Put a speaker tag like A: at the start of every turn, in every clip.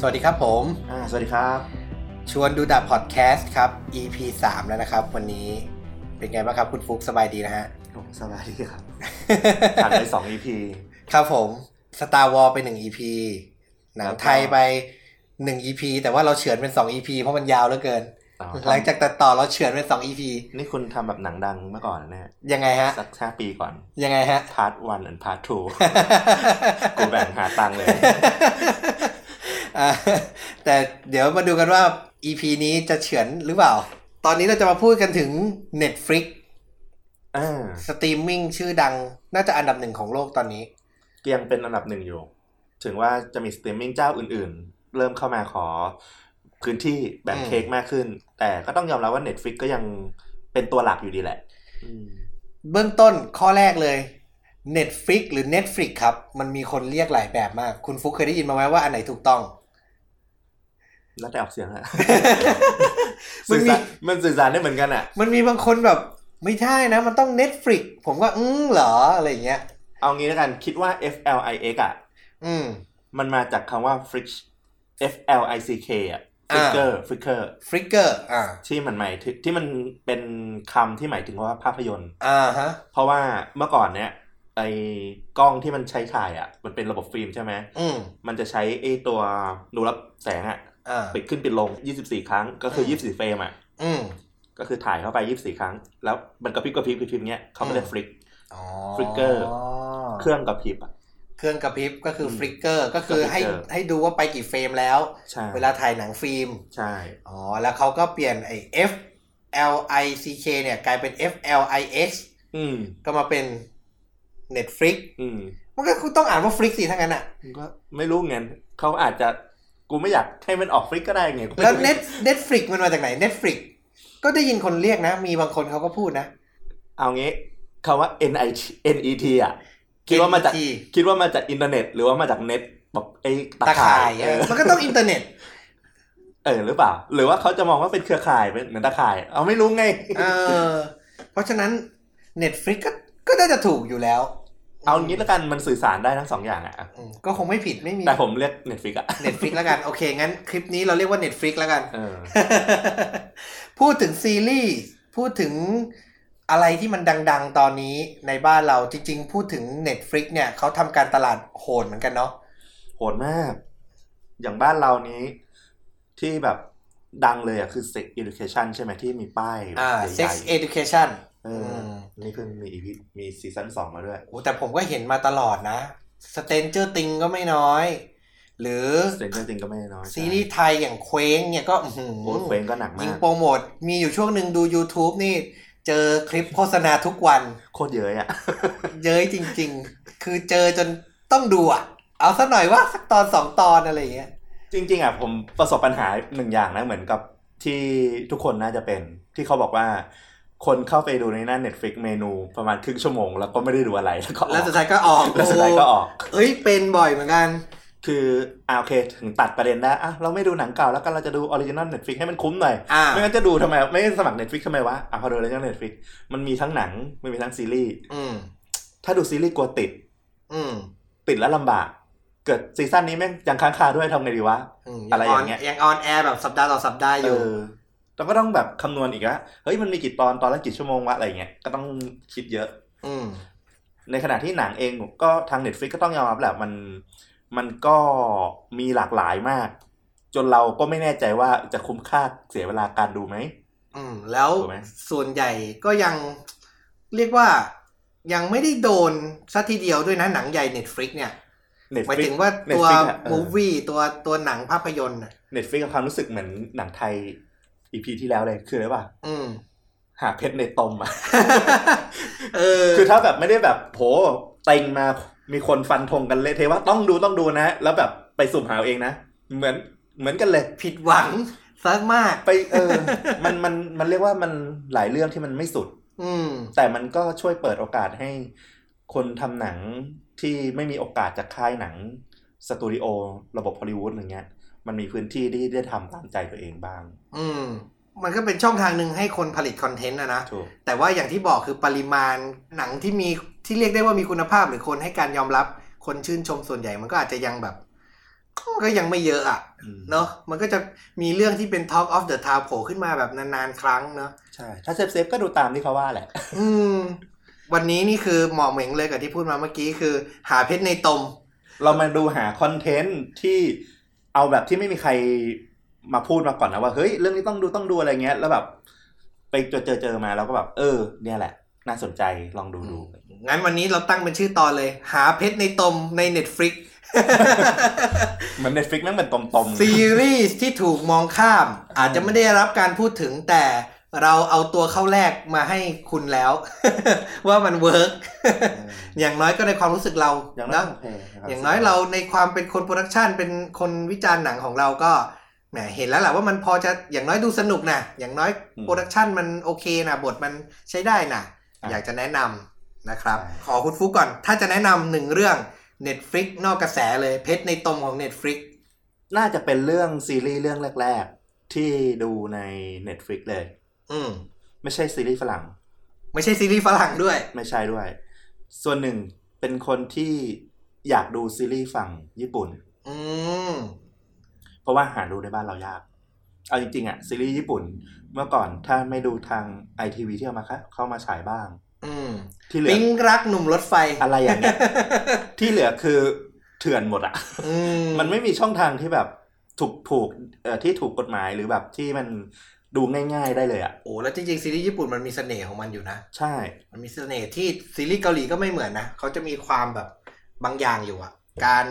A: สวัสดีครับผม
B: อ่าสวัสดีครับ
A: ชวนดูดาพอดแคสต์ครับ EP สามแล้วนะครับ วันนี้เป็นไงบ้างครับคุณฟุกสบายดีนะฮะ
B: ผมสบายดีครับ ผ่านไปสอง EP
A: ครับผม Star War ไปหนึ่ง EP หนังไทยไปหนึ่ง EP แต่ว่าเราเฉือนเป็นสอง EP เพราะมันยาวเหลือเกิน
B: อ๋อ
A: หลังจากตัดต่อเราเฉือนเป็นสอง EP
B: นี่คุณทำแบบหนังดังเมื่อก่อนนะฮะ
A: ยังไงฮะ
B: สักห้าปีก่อน
A: ยังไงฮะ
B: พาร์ทวันและพาร์ททู กูแบ่งหาตังค์เลย
A: อ่าแต่เดี๋ยวมาดูกันว่า EP นี้จะเฉือนหรือเปล่า ตอนนี้เราจะมาพูดกันถึง Netflix
B: อ่า
A: สตรีมมิ่งชื่อดังน่าจะอันดับหนึ่งของโลกตอนนี้
B: ก็ยังเป็นอันดับหนึ่งอยู่ ถึงว่าจะมีสตรีมมิ่งเจ้าอื่นๆ เริ่มเข้ามาขอ พื้นที่แบ่ง
A: อืม
B: เค้กมากขึ้น แต่ก็ต้องยอมรับว่า Netflix ก็ยังเป็นตัวหลักอยู่ดีแหละ อืม
A: เบื้องต้นข้อแรกเลย Netflix หรือ Netflix ครับ มันมีคนเรียกหลายแบบมาก คุณฟุกเคยได้ยินมาไหมว่าอันไหนถูกต้อง
B: น่าจะออกเสียงอะ
A: มันมี
B: สื่อสารมันสื่อสารได้เหมือนกันอะ
A: มันมีบางคนแบบไม่ใช่นะ มันต้อง Netflix ผมก็อืมเหรอ อะไรอย่างเงี้ย
B: เอางี้แล้วกันคิดว่า F L I X อ่ะ
A: อืม
B: มันมาจากคำว่า fric F L I C K อ่ะ
A: อ่า
B: flicker flicker
A: ฟริกเกอร์อ่า
B: ที่มันหมายถึงที่มันเป็นคำที่หมายถึงว่าภาพยนตร์
A: อ่าฮะ
B: เพราะว่าเมื่อก่อนเนี้ยไอ้กล้องที่มันใช้ถ่ายอ่ะ มันเป็นระบบฟิล์มใช่ไหม
A: อืม
B: มันจะใช้ไอ้ตัวดูรับแสงอ่ะ
A: อ่า
B: ปิดขึ้นปิดลง 24 ครั้ง ก็คือ 24 เฟรมอ่ะ
A: อืม
B: ก็คือถ่ายเข้าไป 24 ครั้ง แล้วมันกระพริบกระพริบกระพริบเงี้ยเขาไม่เรียกฟลิก
A: อ๋อ
B: Flicker เครื่องกระพริบอ่ะ
A: เครื่องกระพริบก็คืออ
B: ม
A: ฟลิกเกอร์ก็คือให้
B: ก็ flicker
A: ให้ดูว่าไปกี่เฟรมแล้ว
B: ใช่
A: เวลาถ่ายหนังฟิล์ม
B: ใช่
A: อ๋อ แล้วเขาก็เปลี่ยนไอ้ F L I C K เนี่ย กลายเป็น F L I X
B: อืม
A: ก็มาเป็น Netflix
B: อืม
A: มันก็คุณต้องอ่านว่าฟลิกสิทั้งนั้นอะ
B: ก็ไม่รู้ไงเขาอาจจะกูไม่อยากให้มันออกฟลิกก็ได้ไง
A: แล้ว Net Netflix มันมาจากไหน Netflix ก็ได้ยินคนเรียกนะ มีบางคนเขาก็พูดนะ
B: เอางี้คำว่า N I N E T อ่ะ คิดว่ามาจาก
A: ที่
B: คิดว่ามาจากอินเทอร์เน็ต หรือว่ามาจากเน็ตแบบไอ้ตา
A: ตา
B: ข่า
A: ข่าย
B: ย
A: เอ
B: เอ
A: อ
B: อ
A: มันก็ต้องอินเทอร์เน็ต
B: เออหรือเปล่า หรือว่าเขาจะมองว่าเป็นเครือข่ายเป็นเหมือนตาข่าย เอาไม่รู้ ไง
A: เออเพราะฉะนั้น Netflix ก็ก็น่าจะถูกอยู่แล้ว
B: เอางี้แล้วกันมันสื่อสารได้ทั้งสองอย่างอ่ะ
A: อืมก็คงไม่ผิดไม่มี
B: แต่ผมเรียกเน็ตฟิกอ่ะ
A: Netflix แล้วกัน โอเค งั้นคลิปนี้เราเรียกว่า Netflix แล้วกัน
B: เออ
A: พูดถึงซีรีส์พูดถึงอะไรที่มันดัง ๆ ตอนนี้ในบ้านเราจริง ๆ พูดถึง Netflix เนี่ยเขาทำการตลาดโหดเหมือนกันเนาะ
B: โหดมาก อย่างบ้านเรานี้ ที่แบบดังเลยอ่ะคือ Sex Education ใช่ไหมที่มีป้าย
A: อ่า
B: ให
A: Sex
B: ญ่
A: Education
B: ๆเอออ
A: ม
B: นี่เพิ่งมีอีพีมีซีซั่นสองมาด้วย
A: โอ้แต่ผมก็เห็นมาตลอดนะ Stranger Things ก็ไม่น้อย หรือ
B: เซนเจอร์จริงก็ไม่น้อย
A: ซีรีส์ไทยอย่างเคว้งเนี่ยก็อื้อหือ
B: โอ้ยเคว้งก็หนักมา
A: ยิง
B: ก
A: โปรโมท มีอยู่ช่วงหนึ่งดู YouTube นี่ เจอคลิปโฆษณาทุกวัน
B: โคตรเยอะอ่ะ
A: เย้ยจริง ๆ คือเจอจนต้องดูอ่ะ เอาสักหน่อยว่าสักตอนสองตอนอะไรอย่างเงี้ย
B: จริง ๆอ่ะผมประสบปัญหาหนึ่งอย่างนะเหมือนกับที่ทุกคนน่าจะเป็น ที่เขาบอกว่า คนเข้าไปดูในหน้า Netflix เมนูประมาณครึ่งชั่วโมง แล้วก็ไม่ได้ดูอะไรแล้วก็ออก
A: แล้วสุดท้ายก็ออก
B: แล้วสุดท้ายก็ออก
A: เอ้ย เป็นบ่อยเหมือนกัน
B: คืออ่าโอเค ถึงตัดประเด็นได้อ่ะเราไม่ดูหนังเก่าแล้วก็เราจะดูออริจินอล Netflix ให้มันคุ้มหน่อย
A: อ่า
B: ไม่งั้นจะดูทำไมไม่สมัคร Netflix ทำไมวะอ่ะพอดูออริจินอล Netflix มันมีทั้งหนังมันมีทั้งซีรีส์
A: อืม
B: ถ้าดูซีรีส์กลัวติด
A: อืม
B: ติดแล้วลำบาก เกิดซีซั่นนี้แม่งยังค้างคาด้วยทำไงดีวะ
A: อืม
B: อะไรอย่างเงี้ย
A: ยังออนแอร์แบบสัปดาห์ต่อสัปดาห์อ
B: เอยู่ อเราก็ต้องแบบคำนวณอีกว่าเฮ้ยมันมีกี่ตอนตอนละกี่ชั่วโมงวะอะไรเงี้ยก็ต้องคิดเยอะ
A: อืม
B: ในขณะที่หนังเองก็ทาง Netflix ก็ต้องยอมรับแหละมันมันก็มีหลากหลายมาก จนเราก็ไม่แน่ใจว่าจะคุ้มค่าเสียเวลาการดูไหม
A: อืม แล้ว
B: ถูกไหม
A: ส่วนใหญ่ก็ยังเรียกว่ายังไม่ได้โดนซะทีเดียวด้วยนะหนังใหญ่ Netflix เนี่ยหมาย
B: Netflix
A: ถึงว่าตัว
B: Netflix อะเออ
A: มูฟวี่ตัวตัวหนังภาพยนตร์น่ะ
B: Netflix กับความรู้สึกเหมือนหนังไทย EP ที่แล้วเลยคืออะไรวะ
A: อืม
B: หาเพชรในตมอ่ะ
A: เออ
B: คือถ้าแบบไม่ได้แบบโหเต็งมามีคนฟันธงกันเละเทะว่าต้องดูต้องดูนะ แล้วแบบไปสุ่มหาเอาเองนะ เหมือนเหมือนกันเลย
A: ผิดหวังซะมาก
B: ไปเออ มันมันมันเรียกว่ามันหลายเรื่องที่มันไม่สุด
A: อืม
B: แต่มันก็ช่วยเปิดโอกาสให้คนทำหนังที่ไม่มีโอกาสจากค่ายหนังสตูดิโอระบบฮอลลีวูดอะไรเงี้ย มันมีพื้นที่ที่ได้ทำตามใจตัวเองบ้าง
A: อืม มันก็เป็นช่องทางหนึ่งให้คนผลิตคอนเทนต์นะนะ
B: ถูก
A: แต่ว่าอย่างที่บอกคือปริมาณหนังที่มีที่เรียกได้ว่ามีคุณภาพหรือคนให้การยอมรับ คนชื่นชมส่วนใหญ่มันก็อาจจะยังแบบ ก็ยังไม่เยอะอ่ะ
B: อืม
A: เนาะมันก็จะมีเรื่องที่เป็น Talk of the Town โผล่ขึ้นมาแบบนานๆครั้งเนาะ
B: ใช่ ถ้าเซฟเซฟก็ดูตามที่เขาว่าแหละ
A: อืม วันนี้นี่คือเหมาะเหม่งเลยกับที่พูดมาเมื่อกี้คือ หาเพชรในตม
B: เรามาดูหาคอนเทนต์ที่เอาแบบที่ไม่มีใครมาพูดมาก่อนนะว่าเฮ้ยเรื่องนี้ต้องดูต้องดูอะไรเงี้ย แล้วแบบไปเจอเจอเจอมาแล้วก็แบบเออ เนี่ยแหละ น่าสนใจลองดูดู
A: งั้นวันนี้เราตั้งเป็นชื่อตอนเลย หาเพชรในตมใน Netflix
B: เหมือนเน็ตฟลิกนั่งเป็นตมๆ
A: ซีรีส์ที่ถูกมองข้าม อาจจะไม่ได้รับการพูดถึงแต่เราเอาตัวเข้าแรกมาให้คุณแล้ว ว่ามันเวิร์ก
B: เออ
A: อย่างน้อยก็ในความรู้สึกเรา
B: อย่างน้อย
A: เนาะ
B: โอเคคบ
A: อย่างน้อยเราในความเป็นคนโปรดักชันเป็นคนวิจารณ์หนังของเราก็แหมเห็นแล้วแหละว่ามันพอจะอย่างน้อยดูสนุกนะอย่างน้อยโปรดักชันมันโอเคนะบทมันใช้ได้นะ
B: ะ
A: อยากจะแนะนำนะครับ ขอคุณฟุกก่อน ถ้าจะแนะนำหนึ่งเรื่อง Netflix นอกกระแสเลยเพชรในตมของ Netflix
B: น่าจะเป็นเรื่องซีรีส์เรื่องแรกๆ ที่ดูใน Netflix เลย
A: อืม
B: ไม่ใช่ซีรีส์ฝรั่ง
A: ไม่ใช่ซีรีส์ฝรั่งด้วย
B: ไม่ใช่ด้วย ส่วนหนึ่งเป็นคนที่อยากดูซีรีส์ฝั่งญี่ปุ่น
A: อืม
B: เพราะว่าหาดูในบ้านเรายาก เอาจริงๆอะซีรีส์ญี่ปุ่น เมื่อก่อนถ้าไม่ดูทางไอทีวีที่เอามาคะเข้ามาฉายบ้าง
A: อืม
B: ที่เหลือ
A: ปิ๊งรักหนุ่มรถไฟ
B: อะไรอย่างเงี้ย ที่เหลือคือเถื่อนหมดอะ
A: อืม
B: มันไม่มีช่องทางที่แบบถูกผูกเอ่อที่ถูกกฎหมายหรือแบบที่มันดูง่าย ๆได้เลยอะ
A: โอ้แล้วจริงๆซีรีส์ญี่ปุ่นมันมีเสน่ห์ของมันอยู่นะ
B: ใช่
A: มันมีเสน่ห์ที่ซีรีส์เกาหลีก็ไม่เหมือนนะ เขาจะมีความแบบบางอย่างอยู่อะการ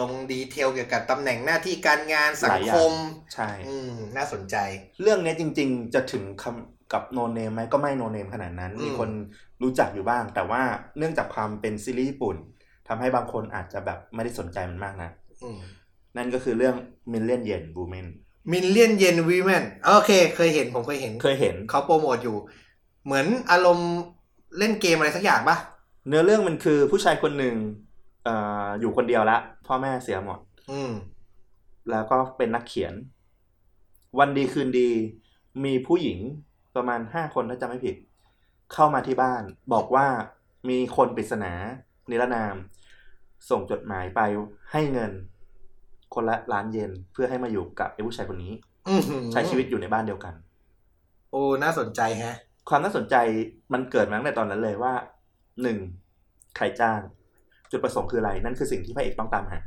A: ลงดีเทลเกี่ยวกับตำแหน่งหน้าที่การงานสั
B: ห
A: ง
B: ลายอย่า
A: ค
B: ง
A: ม
B: ใช่
A: อืม น่าสนใจ
B: เรื่องเนี้ยจริงๆ จะถึงคำกับโนเนมไหมก็ไม่โนเนมขนาดนั้น
A: อืม
B: มีคนรู้จักอยู่บ้าง แต่ว่าเนื่องจากความเป็นซีรีส์ญี่ปุ่นทำให้บางคนอาจจะแบบไม่ได้สนใจมันมากนะ
A: อืม
B: นั่นก็คือเรื่อง Million Yen Woman
A: มิลเลียนเยนวีแมนโอเค เคยเห็นผมเคยเห็น
B: เคยเห็น
A: เขาโปรโมทอยู่ เหมือนอารมณ์เล่นเกมอะไรสักอย่างปะ
B: เนื้อเรื่องมันคือผู้ชายคนหนึ่งเอออยู่คนเดียวละ พ่อแม่เสียหมด
A: อืม
B: แล้วก็เป็นนักเขียน วันดีคืนดี มีผู้หญิงประมาณห้าคนถ้าจำไม่ผิด เข้ามาที่บ้าน บอกว่ามีคนปริศนานิรนาม ส่งจดหมายไปให้เงิน คนละล้านเยนเพื่อให้มาอยู่กับไอ้ผู้ชายคนนี้
A: อื้อหือ
B: ใช้ชีวิตอยู่ในบ้านเดียวกัน
A: โอ้น่าสนใจแฮะ
B: ความน่าสนใจมันเกิดมาตั้งแต่ตอนนั้นเลยว่าหนึ่งใครจ้าง จุดประสงค์คืออะไร นั่นคือสิ่งที่พระเอกต้องตามหา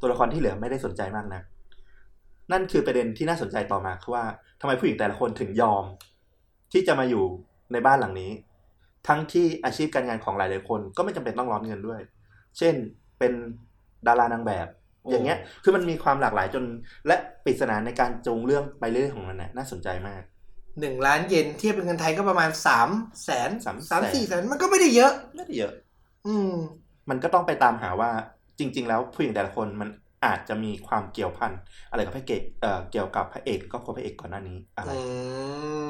B: ตัวละครที่เหลือไม่ได้สนใจมากนะัก นั่นคือประเด็นที่น่าสนใจต่อมาคือว่าทำไมผู้หญิงแต่ละคนถึงยอม ที่จะมาอยู่ในบ้านหลังนี้ ทั้งที่อาชีพการงานของหลายๆคนก็ไม่จำเป็นต้องร้อนเงินด้วย เช่นเป็นดารานางแบบ
A: โอ้
B: อย่างเงี้ยคือมันมีความหลากหลายจน และปริศนาในการจูงเรื่องไปเรื่อยๆของมันน่ะน่าสนใจมาก
A: หนึ่งล้านเยนเทียบเป็นเงินไทยก็ประมาณสามแสน
B: สามแสน
A: สามสี่แสนมันก็ไม่ได้เยอะ
B: ไม่ได้เยอะ
A: อืม
B: มันก็ต้องไปตามหาว่าจริง ๆ แล้วผู้หญิงแต่ละคนมันอาจจะมีความเกี่ยวพันอะไรกับพระเอกเอ่อเกี่ยวกับพระเอกก็พบพระเอกก่อนหน้านี้อะไร
A: อื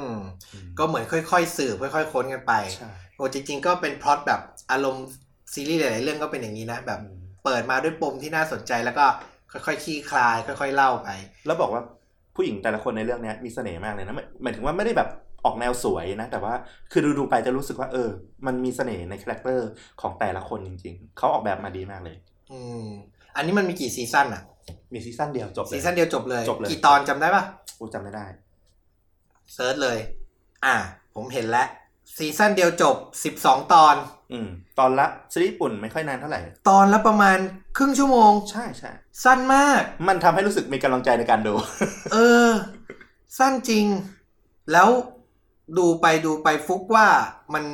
A: ม
B: อืม
A: ก็เหมือนค่อยๆ สืบค่อย ๆ ค้นกันไป
B: ใช่
A: โอ้จริง ๆ ก็เป็นพล็อตแบบอารมณ์ซีรีส์หลายๆเรื่องก็เป็นอย่างนี้นะ แบบ
B: อืม
A: เปิดมาด้วยปมที่น่าสนใจแล้วก็ค่อยๆคลี่คลาย ค่อย ๆ เล่าไป
B: แล้วบอกว่าผู้หญิงแต่ละคนในเรื่องเนี้ยมีเสน่ห์มากเลยนะหมายหมายถึงว่าไม่ได้แบบออกแนวสวยนะ แต่ว่าคือดูๆไปจะรู้สึกว่าเออ มันมีเสน่ห์ในคาแรคเตอร์ของแต่ละคนจริง ๆ เขาออกแบบมาดีมากเลย
A: อืม อันนี้มันมีกี่ซีซั่นอะ
B: มีซีซั่นเดียวจบเลย
A: ซีซั่นเดียวจบเลย
B: จบเลย
A: กี่ตอนจำได้ปะ
B: กูจำไม่ได้
A: เซิร์ชเลย อ่ะ ผมเห็นแล้วซีซั่นเดียวจบ 12 ตอน
B: อืมตอนละซีรีส์ญี่ปุ่นไม่ค่อยนานเท่าไหร่
A: ตอนละประมาณครึ่งชั่วโมง
B: ใช่ใช่
A: สั้นมาก
B: มันทำให้รู้สึกมีกำลังใจในการดู
A: เออ สั้นจริง แล้วดูไปดูไปฟุกว่ามัน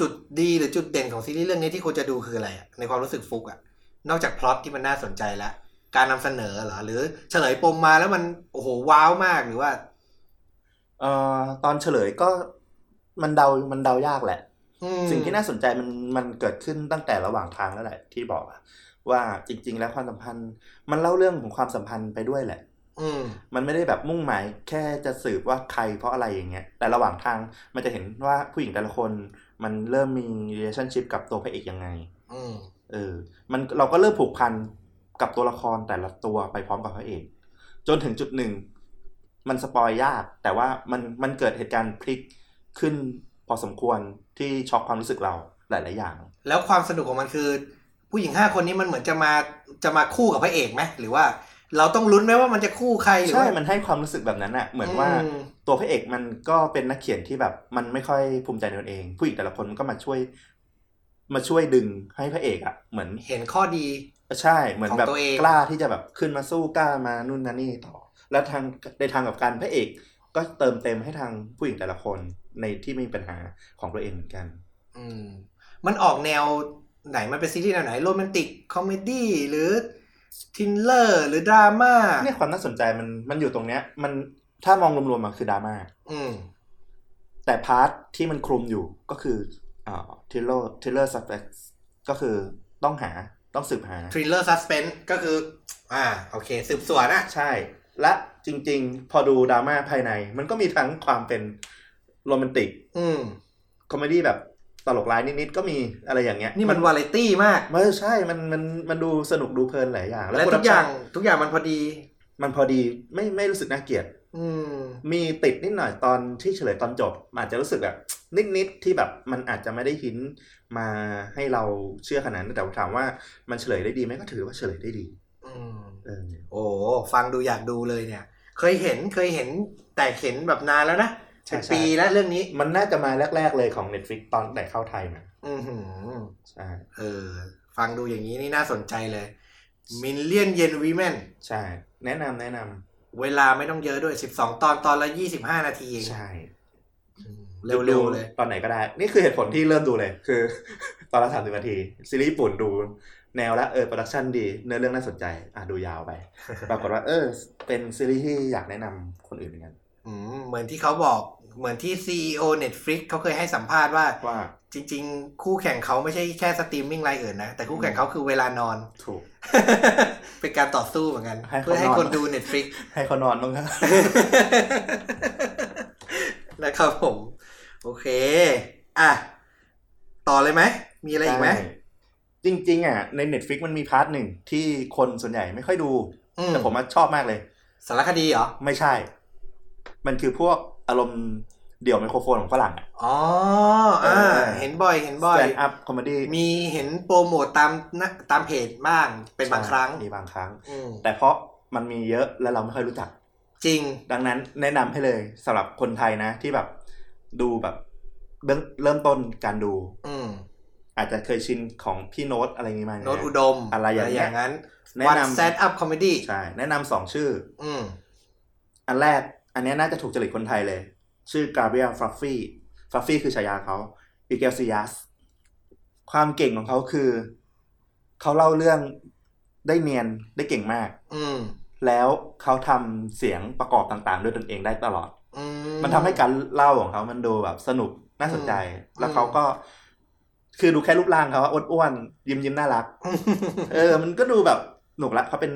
A: จุดดีหรือจุดเด่นของซีรีส์เรื่องนี้ที่ควรจะดูคืออะไรอะในความรู้สึกฟุกอะนอกจากพล็อตที่มันน่าสนใจแล้ว การนำเสนอเหรอ หรือเฉลยปมมาแล้วมันโอ้โหว้าวมากหรือว่า
B: เอ่อตอนเฉลยก็มันเดา มันเดายากแหละ
A: อืม
B: สิ่งที่น่าสนใจมันมันเกิดขึ้นตั้งแต่ระหว่างทางแล้วแหละ ที่บอกอะว่าจริง ๆ แล้วความสัมพันธ์ มันเล่าเรื่องของความสัมพันธ์ไปด้วยแหละ
A: อืม
B: มันไม่ได้แบบมุ่งหมายแค่จะสืบว่าใครเพราะอะไรอย่างเงี้ย แต่ระหว่างทางมันจะเห็นว่าผู้หญิงแต่ละคน มันเริ่มมี relationship กับตัวพระเอกยังไง
A: อืม
B: เออ มันเราก็เริ่มผูกพันกับตัวละครแต่ละตัวไปพร้อมกับพระเอก จนถึงจุดหนึ่ง มันสปอยยาก แต่ว่ามันมันเกิดเหตุการณ์พลิกขึ้นพอสมควรที่ช็อกความรู้สึกเราหลาย ๆ อย่าง
A: แล้วความสนุกของมันคือ ผู้หญิงห้าคนนี้มันเหมือนจะมาจะมาคู่กับพระเอกไหมหรือว่า เราต้องลุ้นไหมว่ามันจะคู่ใครหรือ
B: ใช่
A: ว่า
B: มันให้ความรู้สึกแบบนั้นอะเหมือนว่า
A: อืม
B: ตัวพระเอกมันก็เป็นนักเขียนที่แบบมันไม่ค่อยภูมิใจในตนเอง ผู้หญิงแต่ละคนมันก็มาช่วย มาช่วยดึงให้พระเอกอะเหมือน
A: เห็นข้อดี
B: ใช่เหมือนแบบ
A: ของตัวเอง
B: กล้าที่จะแบบขึ้นมาสู้กล้ามานู่นนั่นนี่ต่อ แล้วทางในทางกับการพระเอก ก็เติมเต็มให้ทางผู้หญิงแต่ละคนในที่มีปัญหาของตัวเองเหมือนกัน
A: อืมมันออกแนวไหนมันเป็นซีรีส์แนวไหนโรแมนติกคอมเมดี้หรือทินเลอร์หรือดราม่า
B: เนี่ยความน่าสนใจมันมันอยู่ตรงเนี้ย มันถ้ามองรวมๆมันคือดราม่า
A: อืม
B: แต่พาร์ทที่มันคลุมอยู่ก็คืออ่าทิลเลอร์ทิลเลอร์ซับเก็คือต้องหาต้องสืบหา
A: ทริลเลอร์ซัสเพนก็คือ อ่า โอเค สืบสวนอะ
B: ใช่ และจริงๆ พอดูดราม่าภายใน มันก็มีทั้งความเป็นโรแมนติก
A: อืม
B: คอมเมดี้แบบตลกร้ายนิดๆ ก็มีอะไรอย่างเงี้ย
A: นี่มันวาไรตี้มาก
B: มันใช่ มันมันมันดูสนุกดูเพลินหลายอย่าง
A: และ
B: โปร
A: ทุ
B: ดั
A: กอ
B: ชั่น
A: ย่างทุกอย่างมันพอดี
B: มันพอดีไม่ไม่รู้สึกน่าเกลียด
A: อืม
B: มีติดนิดหน่อยตอนที่เฉลยตอนจบมันอาจจะรู้สึกแบบ นิดๆ ที่แบบมันอาจจะไม่ได้หินมาให้เราเชื่อขนาดนั้นแต่ถามว่ามันเฉลยได้ดีไหมก็ถือว่าเฉลยได้ดี
A: อืม
B: เออ
A: โอ้ฟังดูอยากดูเลยเนี่ย เคยเห็นเคยเห็นแต่เห็นแบบนานแล้วนะ
B: ใช่
A: เป็น
B: ใช่
A: ปีแล้วเรื่องนี้
B: มันน่าจะมาแรก ๆ เลยของ Netflix ตอนแต่เข้าไทยมา
A: อือหือ
B: ใช่
A: เออ ฟังดูอย่างนี้นี่น่าสนใจเลย มิลเลียนเยนวีแมน
B: ใช่ แนะนำแนะนำ
A: เวลาไม่ต้องเยอะด้วย 12 ตอนตอนละ 25 นาทีเอง
B: ใช่
A: อืมเร็วๆเลย
B: ตอนไหนก็ได้ นี่คือเหตุผลที่เริ่มดูเลย คือ ตอนละสามสิบนาที ซีรีส์ญี่ปุ่นดู แนวละเออโปรดักชันดี เนื้อเรื่องน่าสนใจ อ่ะดูยาว ไป ปรากฏว่า เออ เป็นซีรีส์ที่อยากแนะนำคนอื่นเหมือนกัน
A: อืมเหมือนที่เขาบอกเหมือนที่ CEO Netflix เขาเคยให้สัมภาษณ์ว่า
B: ว่า
A: จริง ๆ คู่แข่งเขาไม่ใช่แค่สตรีมมิ่งรายอื่นนะ แต่คู่แข่งเขาคือเวลานอน
B: ถูก
A: เป็นการต่อสู้เหมือนกัน
B: ให้เขา
A: เพื่อให้
B: นอน
A: คนดู Netflix
B: ให้เขานอนบ้างครับ
A: นะครับผม โอเค อ่ะ ต่อเลยไหม มีอะไรอีกไหม
B: ใช่จริง ๆ อ่ะ ใน Netflix มันมีพาร์ทหนึ่งที่คนส่วนใหญ่ไม่ค่อยดู
A: อื
B: แต่ผมอะชอบมากเลย
A: สารคดีเหรอ
B: ไม่ใช่ มันคือพวกอารมณ์เดี่ยวไมโครโฟนของฝรั่งอะ
A: อ๋อ อ่า
B: เออ
A: เห็นบ่อยเห็นบ่อย
B: Stand Up Comedy
A: มีเห็นโปรโมตตามนะตามเพจบ้างเป็นบางครั้ง
B: มีบางครั้ง
A: อืม
B: แต่เพราะมันมีเยอะและเราไม่ค่อยรู้จัก
A: จริง
B: ดังนั้นแนะนำให้เลยสำหรับคนไทยนะ ที่แบบดูแบบเริ่มเริ่มต้นการดู
A: อืม
B: อาจจะเคยชินของพี่โน้ตอะไรอย่างงี้มา
A: โน้ตอุดม
B: อะไรอย่างเงี้ย
A: นั้น
B: แนะ
A: วัน
B: นำ
A: เซตอัพคอมเมดี้
B: ใช่แนะนำสองชื่อ
A: อืม
B: อันแรก อันเนี้ยน่าจะถูกจริตคนไทยเลย ชื่อกาเบรียลฟรัฟฟี่ฟรัฟฟี่คือฉายาเขาอิเกลซิยัสความเก่งของเขาคือ เขาเล่าเรื่องได้เนียนได้เก่งมาก
A: อืม
B: แล้วเขาทำเสียงประกอบต่างๆ ด้วยตนเองได้ตลอด
A: อื
B: มันทำให้การเล่าของเขามันดูแบบสนุกน่าสนใจ
A: ม
B: แล้วเขาก็ คือดูแค่รูปร่างเขาว่าอ้วนๆยิ้มยิ้มๆน่า รัก
A: อืม
B: เออ มันก็ดูแบบหนุกละเขาเป็น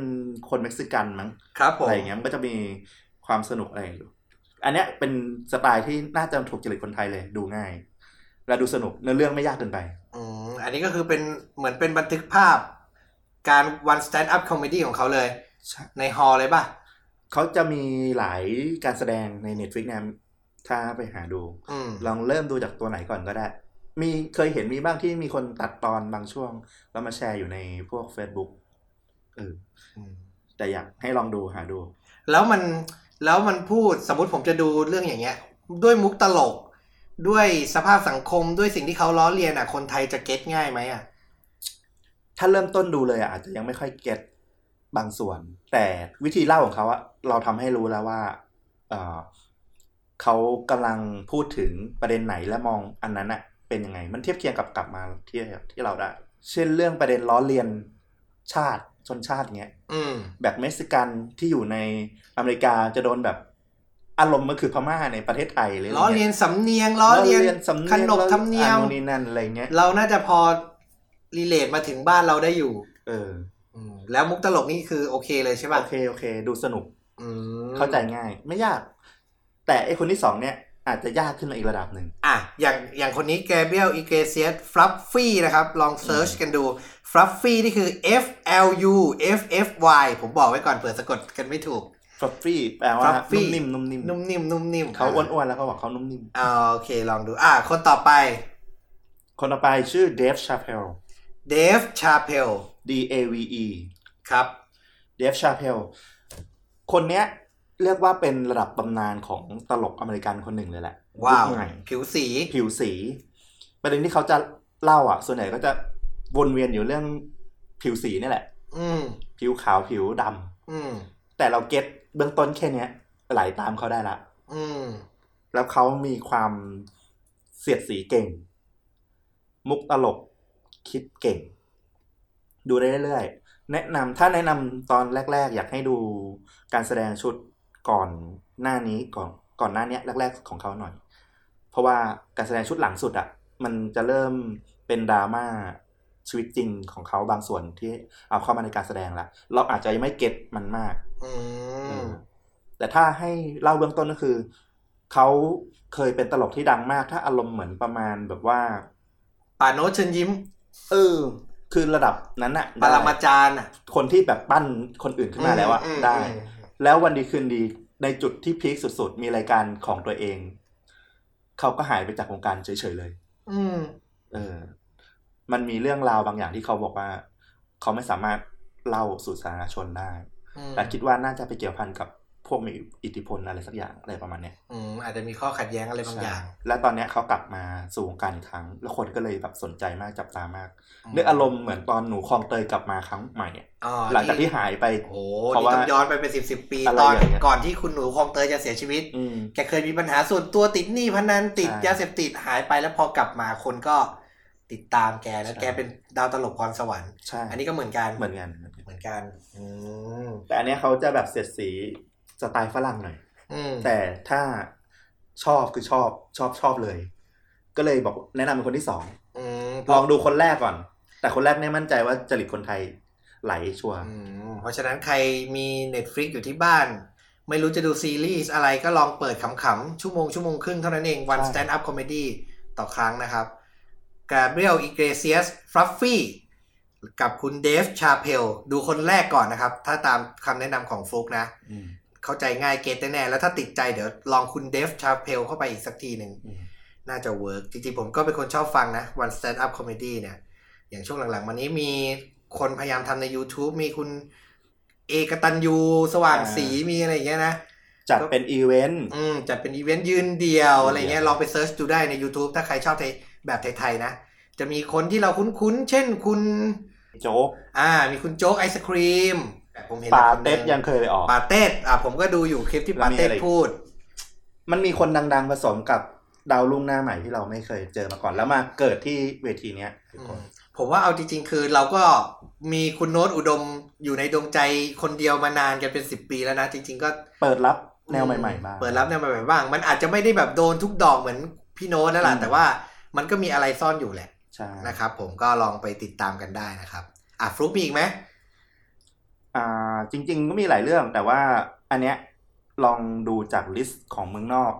B: คนเม็กซิกันมั้ง
A: ครับผม
B: อะไรอย่างเงี้ยมันก็จะมีความสนุกอะไรอยู่อันเนี้ยเป็นสไตล์ที่น่าจะถูกจริตคนไทยเลย ดูง่าย และดูสนุกเนื้อเรื่องไม่ยากเกินไป
A: อืมอันนี้ก็คือเป็นเหมือนเป็นบันทึกภาพ การวันสแตนด์อัพคอมเมดี้ของเขาเลย ในฮอลเลยป่ะ
B: เขาจะมีหลายการแสดงใน Netflix นะถ้าไปหาดู
A: อืม
B: ลองเริ่มดูจากตัวไหนก่อนก็ได้ มีเคยเห็นมีบ้างที่มีคนตัดตอนบางช่วง แล้วมาแชร์อยู่ในพวก Facebook เออ
A: อืม
B: แต่อยากให้ลองดูหาดู
A: แล้วมันแล้วมันพูดสมมติผมจะดูเรื่องอย่างเงี้ย ด้วยมุกตลก ด้วยสภาพสังคมด้วยสิ่งที่เขาล้อเลียนอ่ะ คนไทยจะเก็ตง่ายไหมอ่ะ
B: ถ้าเริ่มต้นดูเลยอะอาจจะยังไม่ค่อยเก็ตบางส่วน แต่วิธีเล่าของเขาอะเราทำให้รู้แล้วว่าเอ่อเขากำลังพูดถึงประเด็นไหนและมองอันนั้นอะเป็นยังไง มันเทียบเคียงกับกลับมาที่ที่เราได้ เช่นเรื่องประเด็นล้อเลียนชาติชนชาติเงี้ย
A: อืม
B: แบบเม็กซิกันที่อยู่ในอเมริกาจะโดนแบบอารมณ์มันคือพม่าในประเทศไทยเลย
A: ล้อเลียนสำเนียงล้อเลียน
B: สำเนียง
A: ขนบธรรมเนียม
B: อ่ะนนี่นั่นอะไรเงี้ย
A: เราน่าจะพอรีเลทมาถึงบ้านเราได้อยู่
B: เออ
A: อืมแล้วมุกตลกนี่คือโอเคเลยใช่ป่ะ
B: โอเคโอเค ดูสนุก
A: อืม
B: เข้าใจง่ายไม่ยาก แต่ไอคนที่สองเนี่ย อาจจะยากขึ้นมาอีกระดับหนึ่ง
A: อ่ะอย่างอย่างคนนี้แกเบ i e l อีเกเซียสฟลัฟฟี่นะครับ ลองเซิร์ชกันดูฟลัฟฟี่นี่คือ F L U F F Y ผมบอกไว้ก่อนเผื่อสะกดกันไม่ถูก
B: f ัฟฟี่แปลว่า
A: Fluffy
B: นุ่มนิ่มนุ่มนิ่ม
A: นุ่มนิ่มนุ่มนิ่ม
B: เขาอ้วนๆ แล้วเขาบอกเขานุ่มนิ่ม
A: อ่าโอเคลองดู อ่ะคนต่อไป
B: คนต่อไปชื่อเดฟชาเพล
A: เดฟชาเพล
B: D A V E
A: ครับ
B: เดฟชาเพลคนเนี้ยเรียกว่าเป็นระดับตำนานของตลกอเมริกันคนหนึ่งเลยแหละ
A: ว้าว
B: ยุคใหม่
A: ผิวสี
B: ผิวสี ประเด็นที่เขาจะเล่าอ่ะ ส่วนใหญ่ก็จะวนเวียนอยู่เรื่องผิวสีนี่แหละ
A: อืม
B: ผิวขาวผิวดำ
A: อืม
B: แต่เราเก็ตเบื้องต้นแค่เนี้ยไหลตามเขาได้ละ
A: อืม
B: แล้วเขามีความเสียดสีเก่ง มุกตลกคิดเก่ง ดูได้เรื่อยๆแนะนำถ้าแนะนำตอนแรก ๆ อยากให้ดูการแสดงชุดก่อนหน้านี้ก่อนก่อนหน้าเนี้ยแรก ๆ ของเขาหน่อย เพราะว่าการแสดงชุดหลังสุดอะ่ะ มันจะเริ่มเป็นดราม่าชีวิตจริงของเขาบางส่วนที่เอาเข้ามาในการแสดงละเราอาจจะยังไม่เก็ตมันมาก
A: อื
B: เอ
A: ม
B: อแต่ถ้าให้เล่าเบื้องต้นก็คือ เขาเคยเป็นตลกที่ดังมาก ถ้าอารมณ์เหมือนประมาณแบบว่า
A: ป่าโนตเชิญยิ้ม
B: เออ คือระดับนั้นอะ
A: ปรมาจารย์อ่ะ
B: คนที่แบบปั้นคนอื่นขึ้นมาแล้วอะ
A: มม
B: ได้
A: อืม
B: แล้ววันดีคืนดีในจุดที่พีคสุดๆ มีรายการของตัวเอง เขาก็หายไปจากวงการเฉยๆเลย
A: อืม
B: เออ มันมีเรื่องราวบางอย่างที่เขาบอกว่า เขาไม่สามารถเล่าสู่สาธารณชนได้
A: อืม
B: แต่คิดว่าน่าจะไปเกี่ยวพันกับพวกมีอิทธิพลอะไรสักอย่างอะไรประมาณเนี้ย
A: อืมอาจจะมีข้อขัดแย้งอะไรบางอย่าง
B: ใช่และตอนเนี้ยเขากลับมาสู่วงการอีกครั้ง แล้วคนก็เลยแบบสนใจมากจับตามาก
A: อืม
B: นึกอารมณ์เหมือนตอนหนูคลองเตยกลับมาครั้งใหม่อะ
A: อ๋อ
B: หลังจากที่หายไป
A: โอ้โห
B: เพราะ
A: นี่
B: ว่า
A: ต้องย้อนไปเป็นสิบสิบปี
B: อะไร
A: ตอน
B: อย่างเงี้ย
A: ก่อนที่คุณหนูคลองเตยจะเสียชีวิต
B: อืม
A: แกเคยมีปัญหาส่วนตัวติดหนี้พนันติด
B: ใช่
A: ยาเสพติดหายไปแล้วพอกลับมาคนก็ติดตามแกแล้ว
B: ใช่
A: แกเป็นดาวตลกพรสวรรค์
B: ใช่
A: อันนี้ก็เหมือนกัน
B: เหมือนกัน
A: เหมือนกัน อืม
B: แต่อันเนี้ยเขาจะแบบเสียดสีสไตล์ฝรั่งหน่อย
A: อืม
B: แต่ถ้าชอบคือชอบชอบชอบเลย ก็เลยบอกแนะนำเป็นคนที่สอง
A: อืม
B: ลองดูคนแรกก่อน แต่คนแรกเนี่ยมั่นใจว่าจริตคนไทยไหลชัวร์
A: อืมเพราะฉะนั้นใครมี Netflix อยู่ที่บ้าน ไม่รู้จะดูซีรีส์อะไรก็ลองเปิดขำๆ ชั่วโมงชั่วโมงครึ่งเท่านั้นเองวัน stand up comedy ต่อครั้งนะครับกาเบรียลอิเกรเซียสฟรัฟฟี่กับคุณเดฟชาเพลดูคนแรกก่อนนะครับ ถ้าตามคำแนะนำของฟลุกนะ
B: อืม
A: เข้าใจง่ายเก็ตแน่ๆแล้วถ้าติดใจเดี๋ยวลองคุณเดฟชาเพลเข้าไปอีกสักทีหนึ่ง
B: อืม
A: น่าจะเวิร์กจริงๆ ผมก็เป็นคนชอบฟังนะวัน stand up comedy เนี่ย อย่างช่วงหลังๆมานี้มีคนพยายามทำใน YouTube มีคุณเอกตันยูสว่าง
B: อ่า
A: สีมีอะไรอย่างเงี้ยนะ
B: จัดเป็นอีเวนต์
A: อืมจัดเป็นอีเวนต์ยืนเดียว
B: ยืนเดี่ยว
A: อะไรเงี้ยลองไปเซิร์ชดูได้ใน YouTube ถ้าใครชอบไทยแบบไทยๆนะ จะมีคนที่เราคุ้นๆ เช่นคุณ
B: โจ๊ก
A: อ่า มีคุณโจ๊กไอศครีมแต่ผมเห็น
B: ปา
A: คนห
B: เต็
A: นึ่
B: ดยังเคยไปออก
A: ปาเต็ดอ่าผมก็ดูอยู่คลิปที่
B: แล้ว
A: ปา
B: มี
A: เต็ด
B: อะไรอีก
A: พูด
B: มันมีคนดัง ๆ ผสมกับดาวรุ่งหน้าใหม่ที่เราไม่เคยเจอมาก่อนแล้วมาเกิดที่เวทีเนี้ย
A: ผมว่าเอาจริงๆ คือเราก็มีคุณโน้ตอุดมอยู่ในดวงใจคนเดียวมานานกันเป็นสิบปีแล้วนะ จริง ๆ ก็
B: เปิดรับแนวใหม่ๆบ้าง
A: เปิดรับแนวใหม่ๆบ้าง มันอาจจะไม่ได้แบบโดนทุกดอกเหมือนพี่โน้ตแล้วล่ะ
B: อืม
A: แต่ว่ามันก็มีอะไรซ่อนอยู่แหละ
B: ใช่
A: นะครับ ผมก็ลองไปติดตามกันได้นะครับ อ่ะฟลุกมีอีกไหม
B: อ่าจริง ๆ ก็มีหลายเรื่องแต่ว่าอันเนี้ยลองดูจากลิสต์ของเมืองนอก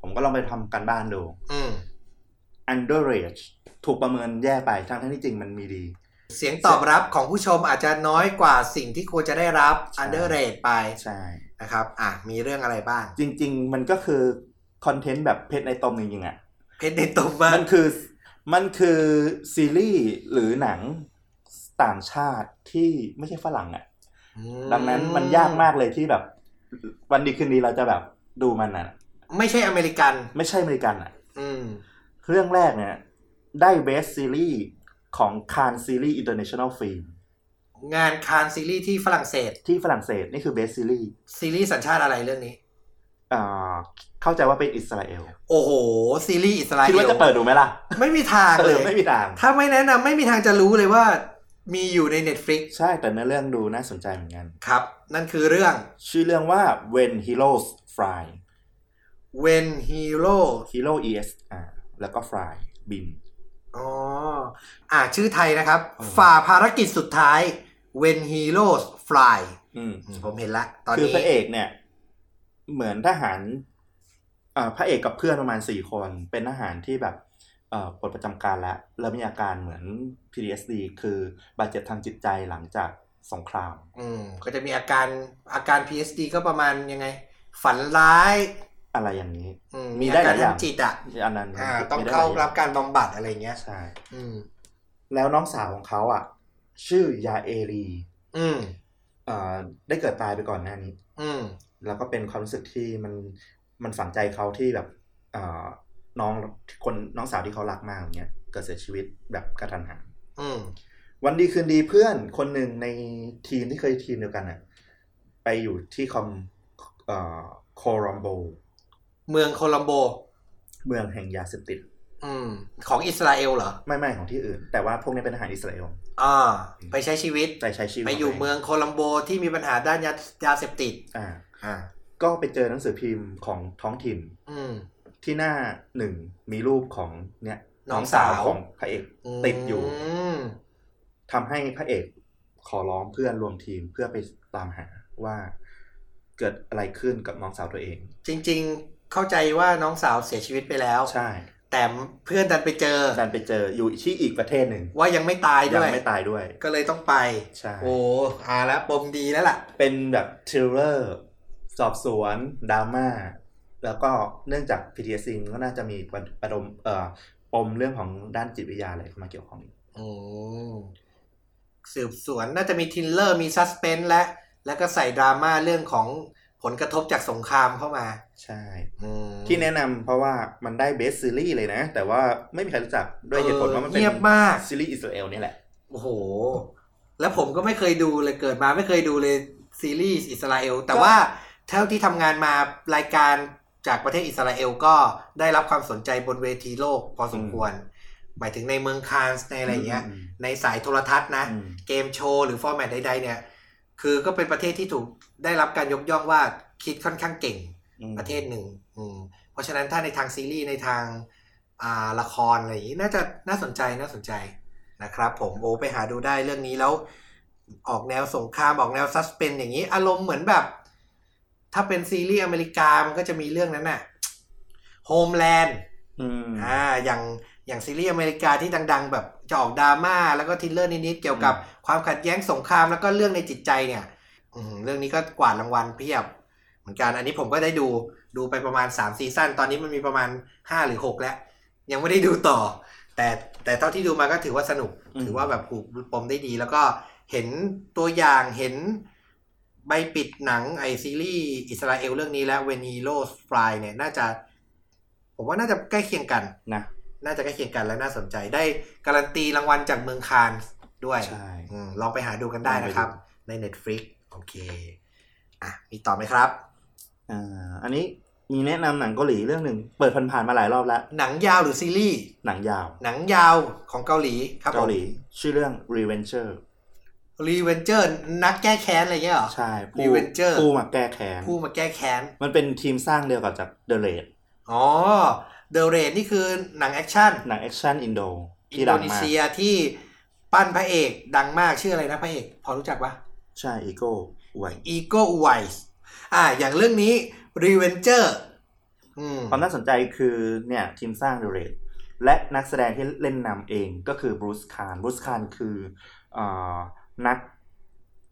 B: ผมก็ลองไปทำการบ้านดู
A: อืม
B: underage ถูกประเมินแย่ไปทั้งๆที่จริงมันมีดี
A: เสียงตอบรับของผู้ชมอาจจะน้อยกว่าสิ่งที่ควรจะได้รับ under rate ไป
B: ใช่
A: นะครับ อ่ะมีเรื่องอะไรบ้าง
B: จริง ๆ มันก็คือคอนเทนต์แบบเพชรในตมจริงๆอ่ะ
A: เพชรในตมบ้าง
B: มันคือมันคือซีรีส์หรือหนังต่างชาติที่ไม่ใช่ฝรั่งอ่ะ
A: อื
B: ดังนั้นมันยากมากเลยที่แบบ วันดีคืนดีเราจะแบบดูมันอ่ะ
A: ไม่ใช่อเมริกัน
B: ไม่ใช่อเมริกันอ่ะ
A: อืม
B: เรื่องแรกเนี่ยได้เบสซีรีส์ของคานซีรีส์อินเตอร์เนชั่นแนลฟิล์ม
A: งานคานซีรีส์ที่ฝรั่งเศส
B: ที่ฝรั่งเศสนี่คือเบสซีรีส์
A: ซีรีส์สัญชาติอะไรเรื่องนี้
B: อ่าเข้าใจว่าเป็นอิสราเอล
A: โอ้โห ซีรีส์อิสราเอล
B: คิดว่าจะเปิดดูไหมล่ะ
A: ไม่มีทาง
B: เอ
A: เล
B: อย ไม่มีทาง
A: ถ้าไม่แนะนำไม่มีทางจะรู้เลยว่า มีอยู่ใน Netflix
B: ใช่แต่เนื้อเรื่องดูน่าสนใจเหมือนกัน
A: ครับ นั่นคือเรื่อง
B: ชื่อเรื่องว่า When Heroes Fly
A: When Hero
B: ฮีโร่ ES อ่าแล้วก็ฟรายบิน
A: อ๋ออ่าชื่อไทยนะครับ
B: อืม
A: ฝ่าภารกิจสุดท้าย When Heroes Fly
B: อืม
A: อืมผมเห็นละ ตอน
B: คือ
A: นี้
B: พระเอกเนี่ย เหมือนทหารเอ่อพระเอกกับเพื่อนประมาณสี่คน เป็นทหารที่แบบเอ่อปลดประจำการแล้วแล้วมีอาการเหมือน PTSD คือบาดเจ็บทางจิตใจหลังจากสงคราม
A: อืมก็จะมีอาการอาการ PSD ก็ประมาณยังไง ฝันร้าย
B: อะไรอย่างนี้
A: อืม
B: มี
A: มี
B: ได้
A: อา
B: ห
A: การ
B: ลายอ
A: ทา
B: ย่าง ง
A: จิตอ่ะ
B: อันนั้น
A: อ่า ต้อง
B: มีได้หล
A: เข้าย
B: ย่
A: รับการบำบัดอะไรอย่างเงี้ย
B: ใช่
A: อืม
B: แล้วน้องสาวของเขาอ่ะ ชื่อยาเอรี
A: อืม
B: เอ่อได้เกิดตายไปก่อนหน้านี้
A: อืม
B: แล้วก็เป็นความรู้สึกที่มันมันฝังใจเขาที่แบบเอ่อน้องคนน้องสาวที่เขารักมากอย่างเงี้ยเกิดเสียชีวิตแบบกระทันหัน
A: อืม
B: วันดีคืนดีเพื่อนคนหนึ่งในทีมที่เคยทีมเดียวกันน่ะไปอยู่ที่คอมเอ่อโคลอมโบ
A: เมืองโคลัมโบ
B: เมืองแห่งยาเสพติด
A: อืม ของอิสราเอลเหรอ
B: ไม่ไม่ของที่อื่น แต่ว่าพวกนี้เป็นทหารอิสราเอล
A: อ่า ไปใช้ชีวิต
B: ไปใช้ชีวิต
A: ไปอยู่เมืองโคลัมโบที่มีปัญหาด้านยายาเสพติด
B: อ่า
A: อ่า
B: ก็ไปเจอหนังสือพิมพ์ของท้องถิ่น
A: อืม
B: ที่หน้าหนึ่งมีรูปของเนี่ย
A: น้องสาว
B: ของพระเอก ติดอยู่
A: ม
B: ทำให้พระเอกขอร้องเพื่อนรวมทีมเพื่อไปตามหาว่าเกิดอะไรขึ้นกับน้องสาวตัวเอง
A: จริงๆ เข้าใจว่าน้องสาวเสียชีวิตไปแล้ว
B: ใช่
A: แต่เพื่อนดันไปเจอ
B: ดันไปเจออยู่ที่อีกประเทศหนึ่ง
A: ว่ายังไม่ตาย
B: ยั
A: ด้วย
B: ไม่ตายด้วย
A: ก็เลยต้องไป
B: ใช่
A: โอ้อาแล้วปมดีแล้วล่ะ
B: เป็นแบบทริลเลอร์สอบสวนดราม่าแล้วก็เนื่องจาก PTSD มันก็น่าจะมีประประดมเอ่อปมเรื่องของด้านจิตวิทยาอะไรเข้ามาเกี่ยวข้องอีก
A: อมสืบสวนน่าจะมีทรินเลอร์มีซัสเพนส์และ แล้วก็ใส่ดราม่าเรื่องของผลกระทบจากสงครามเข้ามา
B: ใช่
A: อืม
B: ที่แนะนำเพราะว่ามันได้เบสซีรีส์เลยนะ แต่ว่าไม่มีใครรู้จักด้วยเหตุผลว่ามัน
A: ออ
B: เป็น
A: เงียบมาก
B: ซีรีส์อิสราเอลนี่แหละ
A: โอ้โห แล้วผมก็ไม่เคยดูเลยเกิดมาไม่เคยดูเลยซีรีส์อิสราเอล แต่
B: ก็
A: ว่าเท่าที่ทำงานมารายการจากประเทศอิสราเอลก็ได้รับความสนใจบนเวทีโลกพอสมควร หมายถึงในเมืองคานส์ในอะไรอย่างเงี้ย ในสายโทรทัศน์นะ
B: อืม
A: เกมโชว์หรือฟอร์แมตใดๆเนี่ย คือก็เป็นประเทศที่ถูกได้รับการยกย่องว่าคิดค่อนข้างเก่ง
B: อืม
A: ประเทศหนึ่งอืมเพราะฉะนั้นถ้าในทางซีรีส์ในทางอ่าละครอะไรอย่างนี้น่าจะน่าสนใจน่าสนใจนะครับ ผมโอไปหาดูได้เรื่องนี้แล้ว ออกแนวสงครามออกแนวซัสเพนอย่างนี้ อารมณ์เหมือนแบบ ถ้าเป็นซีรีส์อเมริกามันก็จะมีเรื่องนั้นน่ะโฮมแลนด์
B: อืม
A: อ่าอย่างอย่างซีรีส์อเมริกาที่ดัง ๆ แบบจะออกดราม่าแล้วก็ทริลเลอร์นิดๆเกี่ยวกับ
B: อืม
A: ความขัดแย้งสงครามแล้วก็เรื่องในจิตใจเนี่ยอื้อหือเรื่องนี้ก็กวาดรางวัลเพียบ เหมือนกันอันนี้ผมก็ได้ดูดูไปประมาณ 3 ซีซั่นตอนนี้มันมีประมาณ 5 หรือ 6 แล้ว ยังไม่ได้ดูต่อ แต่แต่เท่าที่ดูมาก็ถือว่าสนุก
B: อืม
A: ถือว่าแบบผูกปมได้ดี แล้วก็เห็นตัวอย่างเห็นใบปิดหนังไอซีรีส์อิสราเอลเรื่องนี้แล้วเวนีโลสฟลายเนี่ยน่าจะ ผมว่าน่าจะใกล้เคียงกัน
B: นะ
A: น่าจะใกล้เคียงกันและน่าสนใจได้การันตีรางวัลจากเมืองคานส์ด้วย
B: ใช่
A: อืมลองไปหาดูกันได้นะครับ ใน Netflix โอเคอ่ะมีต่อไหมครับ
B: อ่า อันนี้มีแนะนำหนังเกาหลีเรื่องหนึ่ง เปิดผ่านๆมาหลายรอบแล้ว
A: หนังยาวหรือซีรีส์
B: หนังยาว
A: หนังยาวของเกาหลีครับผม
B: เกาหลี ชื่อเรื่อง Revenger
A: Revenger นักแก้แค้นอะไรเงี้ยเหรอ
B: ใช่ผู้
A: Revenger
B: ผู้มาแก้แค้น
A: ผู้มาแก้แค้น
B: มันเป็นทีมสร้างเดียวกับจาก The r a d
A: อ๋อ The Raid นี่คือหนังแอคชั่น
B: หนังแอคชั่นอินโด
A: อิ
B: ที่
A: นโด
B: ดัง
A: นี
B: มาก
A: เซียที่ปั้นพระเอกดังมากชื่ออะไรนะพระเอก พอรู้จักปะ
B: ใช่อีโก้ไว
A: Ego Wise อ่า อย่างเรื่องนี้ Revenger อืม
B: ความน่าสนใจคือเนี่ยทีมสร้าง The r a d และนักแสดงที่เล่นนำเองก็คือบรูซคานบรูซคานคือเอ่อนัก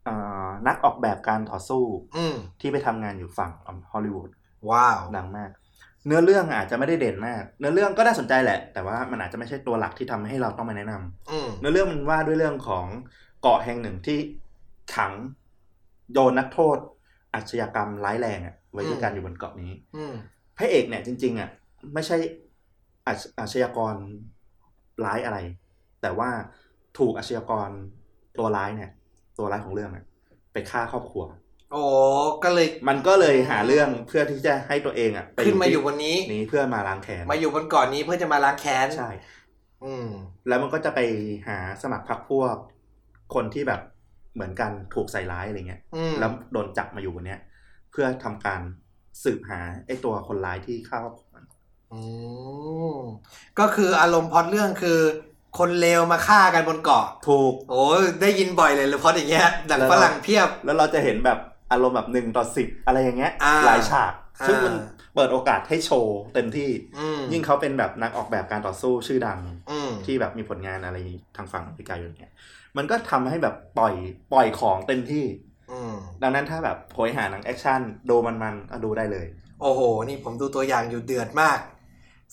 B: เอ่อนักออกแบบการต่อสู้
A: อืม
B: ที่ไปทำงานอยู่ฝั่งฮอลลีวูด
A: ว้าว
B: ดังมาก เนื้อเรื่องอาจจะไม่ได้เด่นมาก เนื้อเรื่องก็น่าสนใจแหละ แต่ว่ามันอาจจะไม่ใช่ตัวหลักที่ทำให้เราต้องมาแนะนำ
A: อืม
B: เนื้อเรื่องมันว่าด้วยเรื่องของเกาะแห่งหนึ่งที่ขังโยนนักโทษอาชญากรรมร้ายแรงอะไว้ด้วยกันอยู่บนเกาะนี้
A: อืม
B: พระเอกเนี่ยจริง ๆอ่ะไม่ใช่อาชอาชญากรร้ายอะไร แต่ว่าถูกอาชญากรตัวร้ายเนี่ย ตัวร้ายของเรื่องอ่ะไปฆ่าครอบครัว
A: โอ้ก็เลย
B: มันก็เลยหาเรื่องเพื่อที่จะให้ตัวเองอ่ะไป
A: ขึ้นมาอยู่บ
B: ที่
A: นนี้
B: นี้เพื่อมาล้างแค้น
A: มาอยู่บนเก่อนนี้เพื่อจะมาล้างแค้น
B: ใช่
A: อืม
B: แล้วมันก็จะไปหาสมัครพรรคพวก คนที่แบบเหมือนกันถูกใส่ร้ายอะไรเงี้ย
A: อืม
B: แล้วโดนจับมาอยู่บนเนี้ยเพื่อทำการสืบหาไอ้ตัวคนร้ายที่ฆ่าครอบครัวมัน
A: อืมก็คืออารมณ์พล็อดเรื่องคือ คนเลวมาฆ่ากันบนเกาะ
B: ถูก
A: โอ้ได้ยินบ่อยเลยเลยพล็อดอย่างเงี้ยหนังฝรั่งเพียบ
B: แล้วเราจะเห็นแบบอารมณ์แบบหนึ่งต่อสิบอะไรอย่างเงี้ย
A: อ่า
B: หลายฉาก
A: อ่า
B: ซึ่งมันเปิดโอกาสให้โชว์เต็มที่
A: อืม
B: ยิ่งเขาเป็นแบบนักออกแบบการต่อสู้ชื่อดัง
A: อืม
B: ที่แบบมีผลงานอะไรทางฝั่งอเมริกาอยู่เนี่ยมันก็ทำให้แบบปล่อยปล่อยของเต็มที่
A: อืม
B: ดังนั้นถ้าแบบโหยหาหนังแอคชั่นดูมันมันๆก็ดูได้เลย
A: โอ้โห นี่ผมดูตัวอย่างอยู่เดือดมาก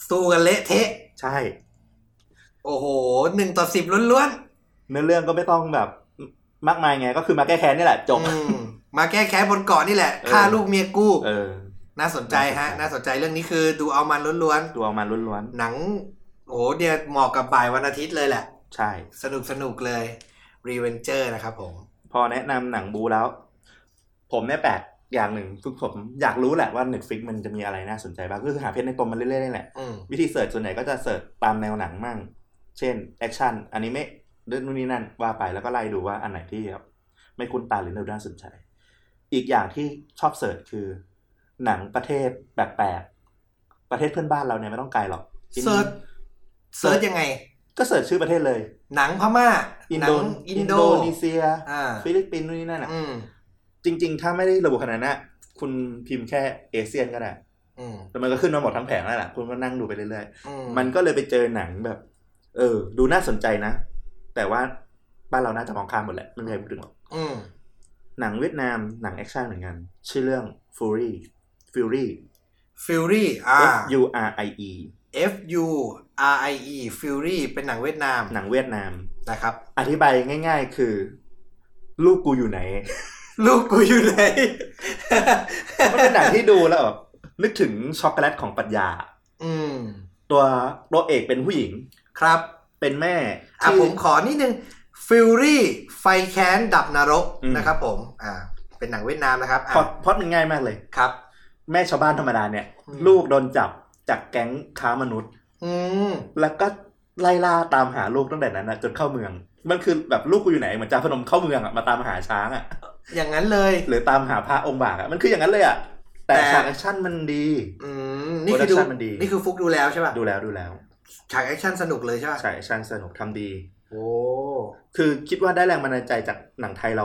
A: สู้กันเละเทะ
B: ใช่
A: โอ้โหหนึ่งต่อสิบล้วน
B: เนื้อเรื่องก็ไม่ต้องแบบมากมายไง ก็คือมาแก้แค้นนี่แหละจ
A: ๆ
B: บ
A: อืมมาแก้แค้นบนเกาะนี่แหละ
B: เออ
A: ฆ่าลูกเมียกู้
B: เออ
A: น่าสนใจฮะ
B: น่า
A: น่า
B: ส
A: ส
B: น
A: น
B: ใจ
A: ใจเรื่องนี้คือดูเอามันล้วน
B: ดูเอามาล้วน
A: ๆ หนัง โอ้โหเดียวเหมาะกับบ่ายวันอาทิตย์เลยแหละ
B: ๆ ใช่
A: สนุกสนุกเลย รีเวนเจอร์นะครับผม
B: พอแนะนำหนังบูแล้ว ผมเนี่ยแปลกอย่างหนึ่งคือผมอยากรู้แหละว่า Netflix มันจะมีอะไรน่าสนใจบ้างก็คือหาเพจในตมมันเรื่อยๆนี่แหละ
A: อืม
B: วิธีเสิร์ชส่วนใหญ่ก็จะเสิร์ชตามแนวหนังมั่ง เช่นแอคชั่นอนิเมะเรื่องนู่นนี่นั่นว่าไปแล้วก็ไล่ดูว่าอันไหนที่แบบไม่คุ้นตาหรือน่าสนใจ อีกอย่างที่ชอบเสิร์ชคือ หนังประเทศแปลกๆประเทศเพื่อนบ้านเราเนี่ยไม่ต้องไกลหรอกอิน
A: เซิร์ชเซิร์ชยังไง
B: ก็เสิร์ชชื่อประเทศเลย
A: หนังพม่า
B: อิน
A: หนั
B: โด
A: ง
B: น
A: อินโด
B: นีเซีย
A: อ่า
B: ฟิลิปปินส์นู่นนี่นั่นอะ
A: อืม
B: จริงๆ ถ้าไม่ได้ระบุขนาดนั้นนะคุณพิมพ์แค่เอเชียนก็ได้
A: อืม
B: แล้วมันก็ขึ้นมาหมดทั้งแผงแล้วล่ะ คุณก็นั่งดูไปเรื่อย
A: อื
B: ๆ มันก็เลยไปเจอหนังแบบ เออ ดูน่าสนใจนะ แต่ว่าบ้านเราน่าจะมองข้ามหมดแหละไม่มีใครพูดถึงหรอก
A: อืม
B: หนังเวียดนาม หนังแอคชั่นเหมือนกัน ชื่อเรื่อง Fury Fury
A: ฟิลลี่อ่า
B: F U R I E
A: F U R I E ฟิลลี่เป็นหนังเวียดนาม
B: หนังเวียดนาม
A: นะครับ
B: อธิบายง่ายๆ คือ ลูกกูอยู่ไหน
A: ลูกกูอยู่ไหน
B: มันเป็นหนังที่ดูแล้วแบบนึกถึงช็อกโกแลตของปรัญญา
A: อืม
B: ตัวตัวเอกเป็นผู้หญิง
A: ครับ
B: เป็นแม่
A: อ่ะ
B: ที่
A: ผมขอนิดนึงฟิลลี่ไฟแค้นดับนรก
B: อืม
A: นะครับผมอ่าเป็นหนังเวียดนามนะครับ
B: พอ
A: อ่ะ
B: ดพอดมันง่ายมากเลย
A: ครับ
B: แม่ชาวบ้านธรรมดาเนี่ย
A: อืม
B: ลูกโดนจับจากแก๊งค้ามนุษย์
A: อืม
B: แล้วก็ไล่ล่าตามหาลูกตั้งแต่นั้นนะจนเข้าเมือง มันคือแบบลูกกูอยู่ไหนเหมือนจ่าพนมเข้าเมืองอะมาตามหาช้างอะ
A: อย่างนั้นเลย
B: หรือตามหาพระองค์บากอะมันคืออย่างนั้นเลยอะแต่
A: แต่
B: ฉากแอคชั่นมันดี
A: อืมนี่คือดู
B: Production มันดี
A: นี่คือฟุกดูแล้วใช่ป่ะ
B: ดูแล้วดูแล้ว
A: ฉากแอคชั่นสนุกเลยใช่ป่ะ
B: ฉากแอคชั่นสนุกทำดี
A: โอ้
B: คือคิดว่าได้แรงบันดาลใจจากหนังไทยเรา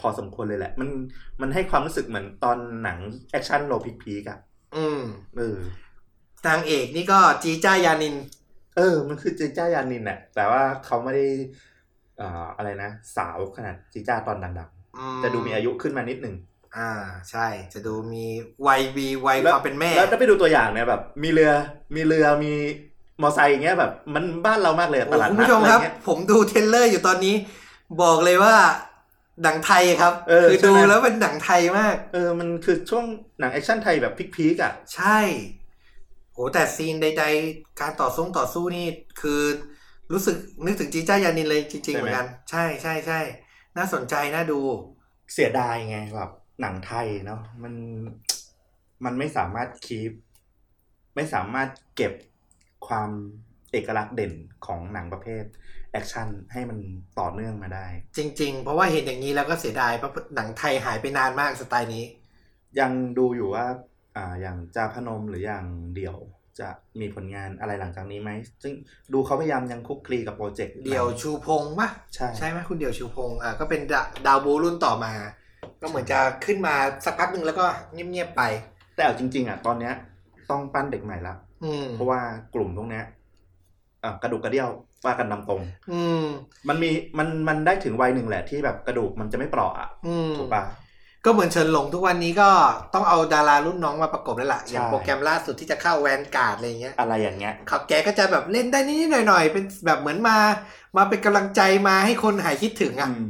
B: พอสมควรเลยแหละ มันมันให้ความรู้สึกเหมือนตอนหนังแอคชั่นโลพีกๆอะ
A: อืม
B: เออ
A: นางเอกนี่ก็จีจ้ายานิน
B: เออ มันคือจีจ้ายานินน่ะ แต่ว่าเขาไม่ได้เอ่ออะไรนะ สาวขนาดจีจ้าตอนดัง
A: อื
B: ๆ จะดูมีอายุขึ้นมานิดหนึ่ง
A: อ่า ใช่ จะดูมีวัยบีวัย
B: แล้ว
A: ความเป็นแม่
B: แล้วถ้าไปดูตัวอย่างเนี่ยแบบ มีเรือ มีเรือ มีมอไซค์อย่างเงี้ยแบบ มันบ้านเรามากเลยอะ
A: โอ้
B: ตลาด
A: คุณ
B: นัด
A: ผู้ชม
B: อะไร
A: ครับ
B: เงี้ย
A: ผมดูเทรลเลอร์อยู่ตอนนี้ บอกเลยว่าหนังไทยครับ
B: เออ
A: คือ
B: ใช่
A: ดู
B: ไหม
A: แล้วเป็นหนังไทยมาก
B: เออ มันคือช่วงหนังแอคชั่นไทยแบบพีคๆอ่ะ
A: ใช่โหแต่ซีนใด ๆ การต่อสู้ต่อสู้นี่คือรู้สึกนึกถึงจีจ้ายานินเลยจริง ๆ
B: ใช่ไหม
A: เหมือนกัน ใช่ใช่ใช่น่าสนใจน่าดู
B: เสียดายไงแบบหนังไทยเนาะ มัน มันไม่สามารถคีปไม่สามารถเก็บความเอกลักษณ์เด่นของหนังประเภทแอคชั่นให้มันต่อเนื่องมาได้
A: จริง ๆ เพราะว่าเห็นอย่างนี้แล้วก็เสียดายเพราะหนังไทยหายไปนานมากสไตล์นี้
B: ยังดูอยู่ว่า อ่า อย่างจาพนมหรืออย่างเดี่ยวจะมีผลงานอะไรหลังจากนี้ไหม ซึ่งดูเขาพยายามยังคลุกคลีกับโปรเจกต์
A: เดี่ยวชูพงษ์ปะ
B: ใช่
A: ใช่ไหมคุณเดี่ยวชูพงษ์อ่าก็เป็นดาดาวบูรุ่นต่อมา ก็เหมือนจะขึ้นมาสักพักหนึ่งแล้วก็เงียบๆไป
B: แต่เอาจริง ๆ อ่ะ ตอนเนี้ย ต้องปั้นเด็กใหม่ละ
A: อืม
B: เพราะว่ากลุ่มพวกเนี้ยอ่ากระดูกกระเดี่ยวว่ากันตามตรง
A: อืม
B: มันมีมันมันได้ถึงวัยหนึ่งแหละที่แบบกระดูกมันจะไม่เปราะอะ
A: อืม
B: ถูกปะ
A: ก็เหมือนเชิญหลงทุกวันนี้ก็ต้องเอาดารารุ่นน้องมาประกบแล้วล่ะ
B: ใช่
A: อย่างโปรแกรมล่าสุดที่จะเข้าแวนการ์ดอะไรอย่างเงี้ย
B: อะไรอย่างเงี้ย
A: ขับแกก็จะแบบเล่นได้นิดๆหน่อยๆ เป็นแบบเหมือนมา มาเป็นกำลังใจมาให้คนหายคิดถึงอ่ะ
B: อืม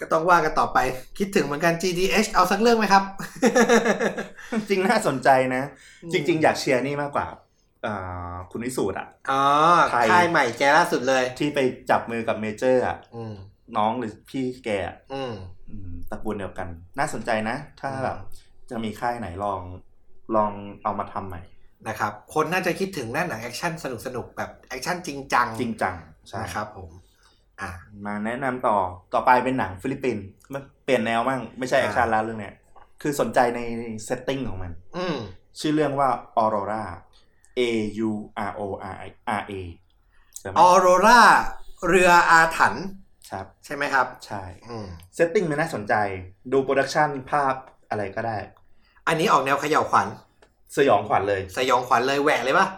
A: ก็ต้องว่ากันต่อไป คิดถึงเหมือนกัน GDH เอาสักเรื่องไหมครับ
B: จริงน่าสนใจนะ จริง ๆ อยากเชียร์นี่มากกว่าอ่าคุณวิสูตรอะ
A: อ๋อ
B: ไทย
A: ค่ายใหม่แกล่าสุดเลย
B: ที่ไปจับมือกับเมเจอร์อะ
A: อืม
B: น้องหรือพี่แกอะ
A: อืม
B: อืมตระกูลเดียวกัน น่าสนใจนะ ถ้า
A: อืม
B: แบบจะมีค่ายไหนลองลองเอามาทำใหม่
A: นะครับ คนน่าจะคิดถึงหน้าหนังแอคชั่นสนุกๆ แบบแอคชั่นจริงจัง
B: จริงจังใช่
A: นะครับผมอ่ะ
B: มาแนะนำต่อต่อไปเป็นหนังฟิลิปปินส์มันเปลี่ยนแนวมั่งไม่ใช่แอคชั่นละเรื่องเนี้ยคือสนใจในเซตติ้งของมัน
A: อืม
B: ชื่อเรื่องว่า Aurora A U R O R I- R A ใช่ไหม
A: ออโรราเรืออาถรรพ์
B: ครับ
A: ใช่ไหมครับ
B: ใช่
A: อืม
B: เซตติ้งมันน่าสนใจ ดูโปรดักชันภาพอะไรก็ได้
A: อันนี้ออกแนวเขย่าวขวัญ
B: สยองขวัญเลย
A: สยองขวัญเลยแหวกเลยปะ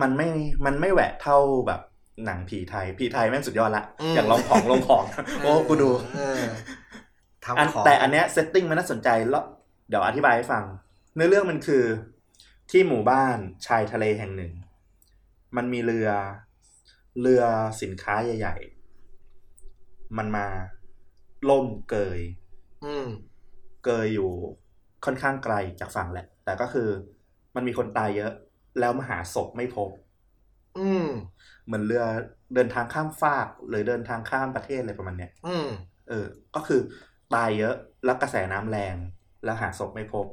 B: มันไม่มันไม่แหวะเท่าแบบหนังผีไทย ผีไทยแม่งสุดยอดละ
A: ม
B: อย่างลองของลองของ โอ้กูดู
A: เออ
B: อัน
A: ทำของ
B: แต่อันเนี้ยเซตติ้งมันน่าสนใจแล้วเดี๋ยวอธิบายให้ฟัง เนื้อเรื่องมันคือที่หมู่บ้านชายทะเลแห่งหนึ่ง มันมีเรือ เรือสินค้าใหญ่ ๆ มันมาล่มเกย
A: อืม
B: เกยอยู่ค่อนข้างไกลจากฝั่งแหละ แต่ก็คือมันมีคนตายเยอะ แล้วมาหาศพไม่พบ
A: อืม
B: เหมือนเรือเดินทางข้ามฟากหรือเดินทางข้ามประเทศอะไรประมาณเนี้ย
A: อืม
B: เออ ก็คือตายเยอะ แล้วกระแสน้ำแรง แล้วหาศพไม่พบ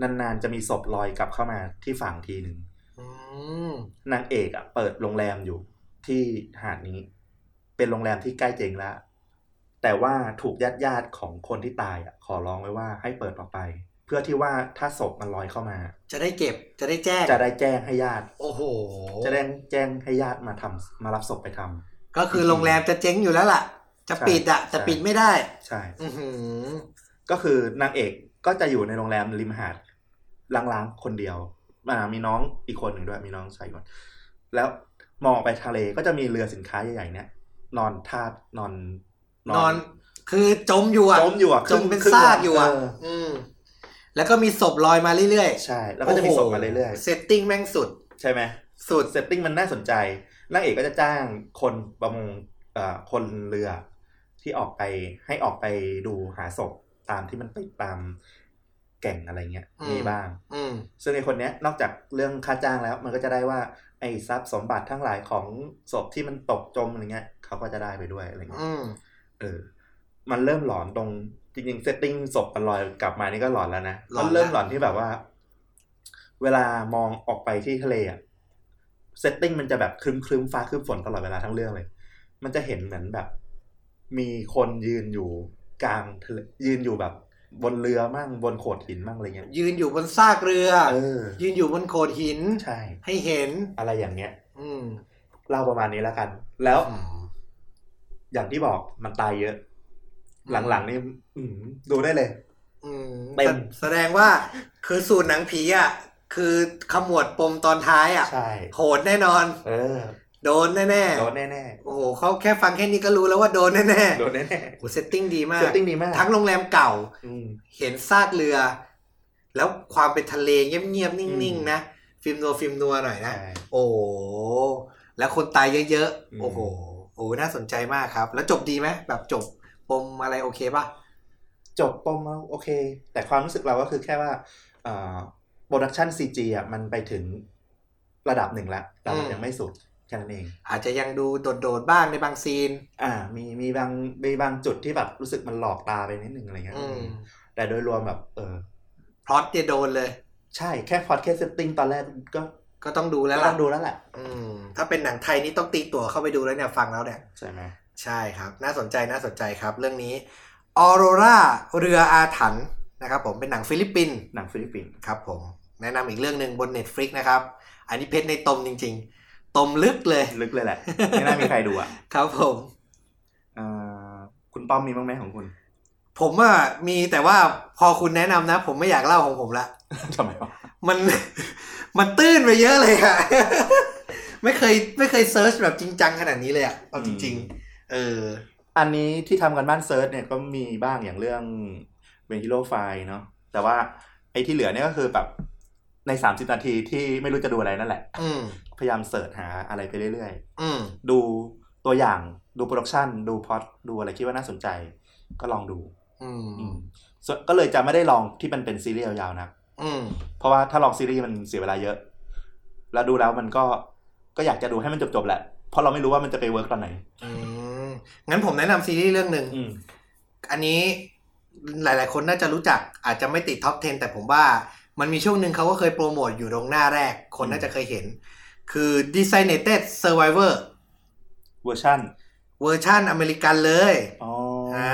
B: นานๆจะมีศพลอยกลับเข้ามาที่ฝั่งทีหนึ่ง
A: อืม
B: นางเอกอะเปิดโรงแรมอยู่ที่หาดนี้ เป็นโรงแรมที่ใกล้เจงแล้ว แต่ว่าถูกญาติญาติๆของคนที่ตายอะขอร้องไว้ว่าให้เปิดออกไป เพื่อที่ว่าถ้าศพมันลอยเข้ามา
A: จะได้เก็บ จะได้แจ้ง
B: จะได้แจ้งให้ญาติ
A: โอ้โห
B: จะได้แจ้งให้ญาติมาทำมารับศพไปทำ
A: ก็คือโรงแรมจะเจ๊งอยู่แล้วล่ะ จะ
B: ใช่
A: ปิดอะ
B: ใช่
A: แต่ปิดไม่ได้
B: ใช่
A: อือหือ
B: ก็คือนางเอกก็จะอยู่ในโรงแรมริมหาดล้างๆคนเดียวอ่ามีน้องอีกคนหนึ่งด้วยมีน้องชายอีกคนแล้วมองไปทะเลก็จะมีเรือสินค้าใหญ่ๆเนี่ยนอนทาบนอน
A: นอน คือจมอยู่อะ
B: จมอยู่อ่ะ
A: จมเป็น
B: ครึ่ง
A: ซากอยู่อะ
B: เ
A: อืม แล้วก็มีศพลอยมาเรื่อย
B: ใช่ แล้วก็จะมีศพมาเรื่อย
A: เซตติ้งแม่งสุด
B: ๆ ใช่ไหม
A: สุด
B: เซตติ้งมันน่าสนใจนางเอกก็จะจ้างคนประมงเอ่อคนเรือที่ออกไปให้ออกไปดูหาศพตามที่มันไปตามแก่งอะไรเงี้ย
A: อืม
B: มีบ้าง
A: อืม
B: ซึ่งในคนเนี้ยนอกจากเรื่องค่าจ้างแล้ว มันก็จะได้ว่าไอ้ทรัพย์สมบัติทั้งหลายของศพที่มันตกจมอะไรเงี้ยเขาก็จะได้ไปด้วยอะไรเงี้ย
A: อืม
B: เออ มันเริ่มหลอนตรงจริงๆเซตติ้งศพมันลอยกลับมานี่ก็หลอนแล้วนะ
A: หลอน
B: มั
A: ละ
B: นเริ่มหลอนที่แบบว่า เวลามองออกไปที่ทะเลอะเซตติ้งมันจะแบบครึ้มครึ้มๆฟ้าครึ้มฝนตลอดเวลาทั้งเรื่องเลย มันจะเห็นเหมือนแบบ มีคนยืนอยู่กลางทะเลยืนอยู่แบบ บนเรือมั่งบนโขดหินมั่งอะไรเงี้ย
A: ยืนอยู่บนซากเรือ
B: เออ
A: ยืนอยู่บนโขดหิน
B: ใช่
A: ให้เห็น
B: อะไรอย่างเงี้ย
A: อืม
B: เล่าประมาณนี้แล้วกัน แล้ว
A: อืม
B: อย่างที่บอกมันตายเยอะ
A: อืม
B: หลังๆนี่อืมดูได้เลย
A: อืม
B: เต็ม
A: แสแสดงว่าคือสูตรหนังผีอ่ะ คือขมวดปมตอนท้ายอ่ะ
B: ใช่
A: โหดแน่นอน
B: เออ
A: โดนแน่
B: โดนแน่
A: ๆ โอ้โหเขาแค่ฟังแค่นี้ก็รู้แล้วว่าโดนแน่
B: ๆ โดนแน่
A: ๆโหเซตติ้งดี
B: ๆ
A: มาก
B: เซตติ้งดีมาก
A: ทั้งโรงแรมเก่า
B: อืม
A: เห็นซากเรือ แล้วความเป็นทะเลเงียบๆ
B: อื
A: นิ่ง
B: ม
A: ๆ นะ ฟิล์มนัวฟิล์มนัวหน่อยนะ
B: ใช่
A: โอ้โหแล้วคนตายเยอะ
B: อืม
A: ๆ โอ้โห โอ้โหน่าสนใจมากครับ แล้วจบดีไหมแบบจบปมอะไรโอเคป่ะ
B: จบปมแล้วโอเค แต่ความรู้สึกเราก็คือแค่ว่าโปรดักชันซีจีอ่ะมันไปถึงระดับหนึ่งละแต่มัน
A: อืม
B: ยังไม่สุดแค่นั้นเอง
A: อาจจะยังดูโดดๆ บ้างในบางซีน
B: อ่า มีมีบางมีบางจุดที่แบบรู้สึกมันหลอกตาไปนิดนึงอะไรเงี้ย
A: อืม
B: แต่โดยรวมแบบ เออ
A: พล็อตเนี่ยโดนเลย
B: ใช่แค่พอดแค่เซตติ้งตอนแรกก็
A: ก็ต้องดู
B: ก็
A: แล้ว
B: ต้
A: ล่ะ
B: องดูแล้วแหละ
A: อืม ถ้าเป็นหนังไทยนี่ต้องตีตั๋วเข้าไปดูแล้วเนี่ยฟังแล้วเนี่ย
B: ใช่ไหม
A: ใช่ครับ น่าสนใจน่าสนใจครับเรื่องนี้ออโรราเรืออาถรรพ์นะครับผมเป็นหนังฟิลิปปินส์
B: หนังฟิลิปปินส์
A: ครับผมแนะนำอีกเรื่องหนึ่งบน Netflix นะครับ อันนี้เพชรในตมจริง ๆ ตมลึกเลย
B: ลึกเลยแหละ ไม่น่ามีใครดูอ่ะ
A: ครับผม
B: เอ่อคุณป้อมมีบ้างไหมของคุณ
A: ผมอ่ะมีแต่ว่าพอคุณแนะนำนะ ผมไม่อยากเล่าของผมละ
B: ทำไมวะ
A: มัน มันตื้นไปเยอะเลยอะ ไม่เคยไม่เคยเซิร์ชแบบจริงจังขนาดนี้เลยอะเอาจริง ๆ เออ
B: อันนี้ที่ทำกันบ้านเซิร์ชเนี่ยก็มีบ้างอย่างเรื่องเวนทิโลไฟเนาะแต่ว่าไอ้ที่เหลือเนี่ยก็คือแบบใน 30 นาทีที่ไม่รู้จะดูอะไรนั่นแหละ
A: อืม
B: พยายามเสิร์ชหาอะไรไปเรื่อย
A: อืม
B: ๆ ดูตัวอย่างดูโปรดักชันดูพล็อตดูอะไรคิดว่าน่าสนใจ ก็ลองดู
A: อื
B: อื
A: ม
B: มส่วนก็เลยจะไม่ได้ลองที่มันเป็นซีรีส์ยาวๆนะ
A: อืม
B: เพราะว่าถ้าลองซีรีส์มันเสียเวลาเยอะ แล้วดูแล้วมันก็ก็อยากจะดูให้มันจบๆแหละเพราะเราไม่รู้ว่ามันจะไปเวิร์กตอนไหน
A: อืม งั้นผมแนะนำซีรีส์เรื่องหนึ่ง
B: อืม
A: อันนี้หลาย ๆ คนน่าจะรู้จักอาจจะไม่ติดท็อป 10 แต่ผมว่ามันมีช่วงหนึ่งเขาก็เคยโปรโมทอยู่ตรงหน้าแรก คน
B: อืม
A: น่าจะเคยเห็น คือ Designated Survivor
B: เวอร์ชัน
A: เวอร์ชั่นอเมริกันเลย
B: อ๋ออ
A: อ่า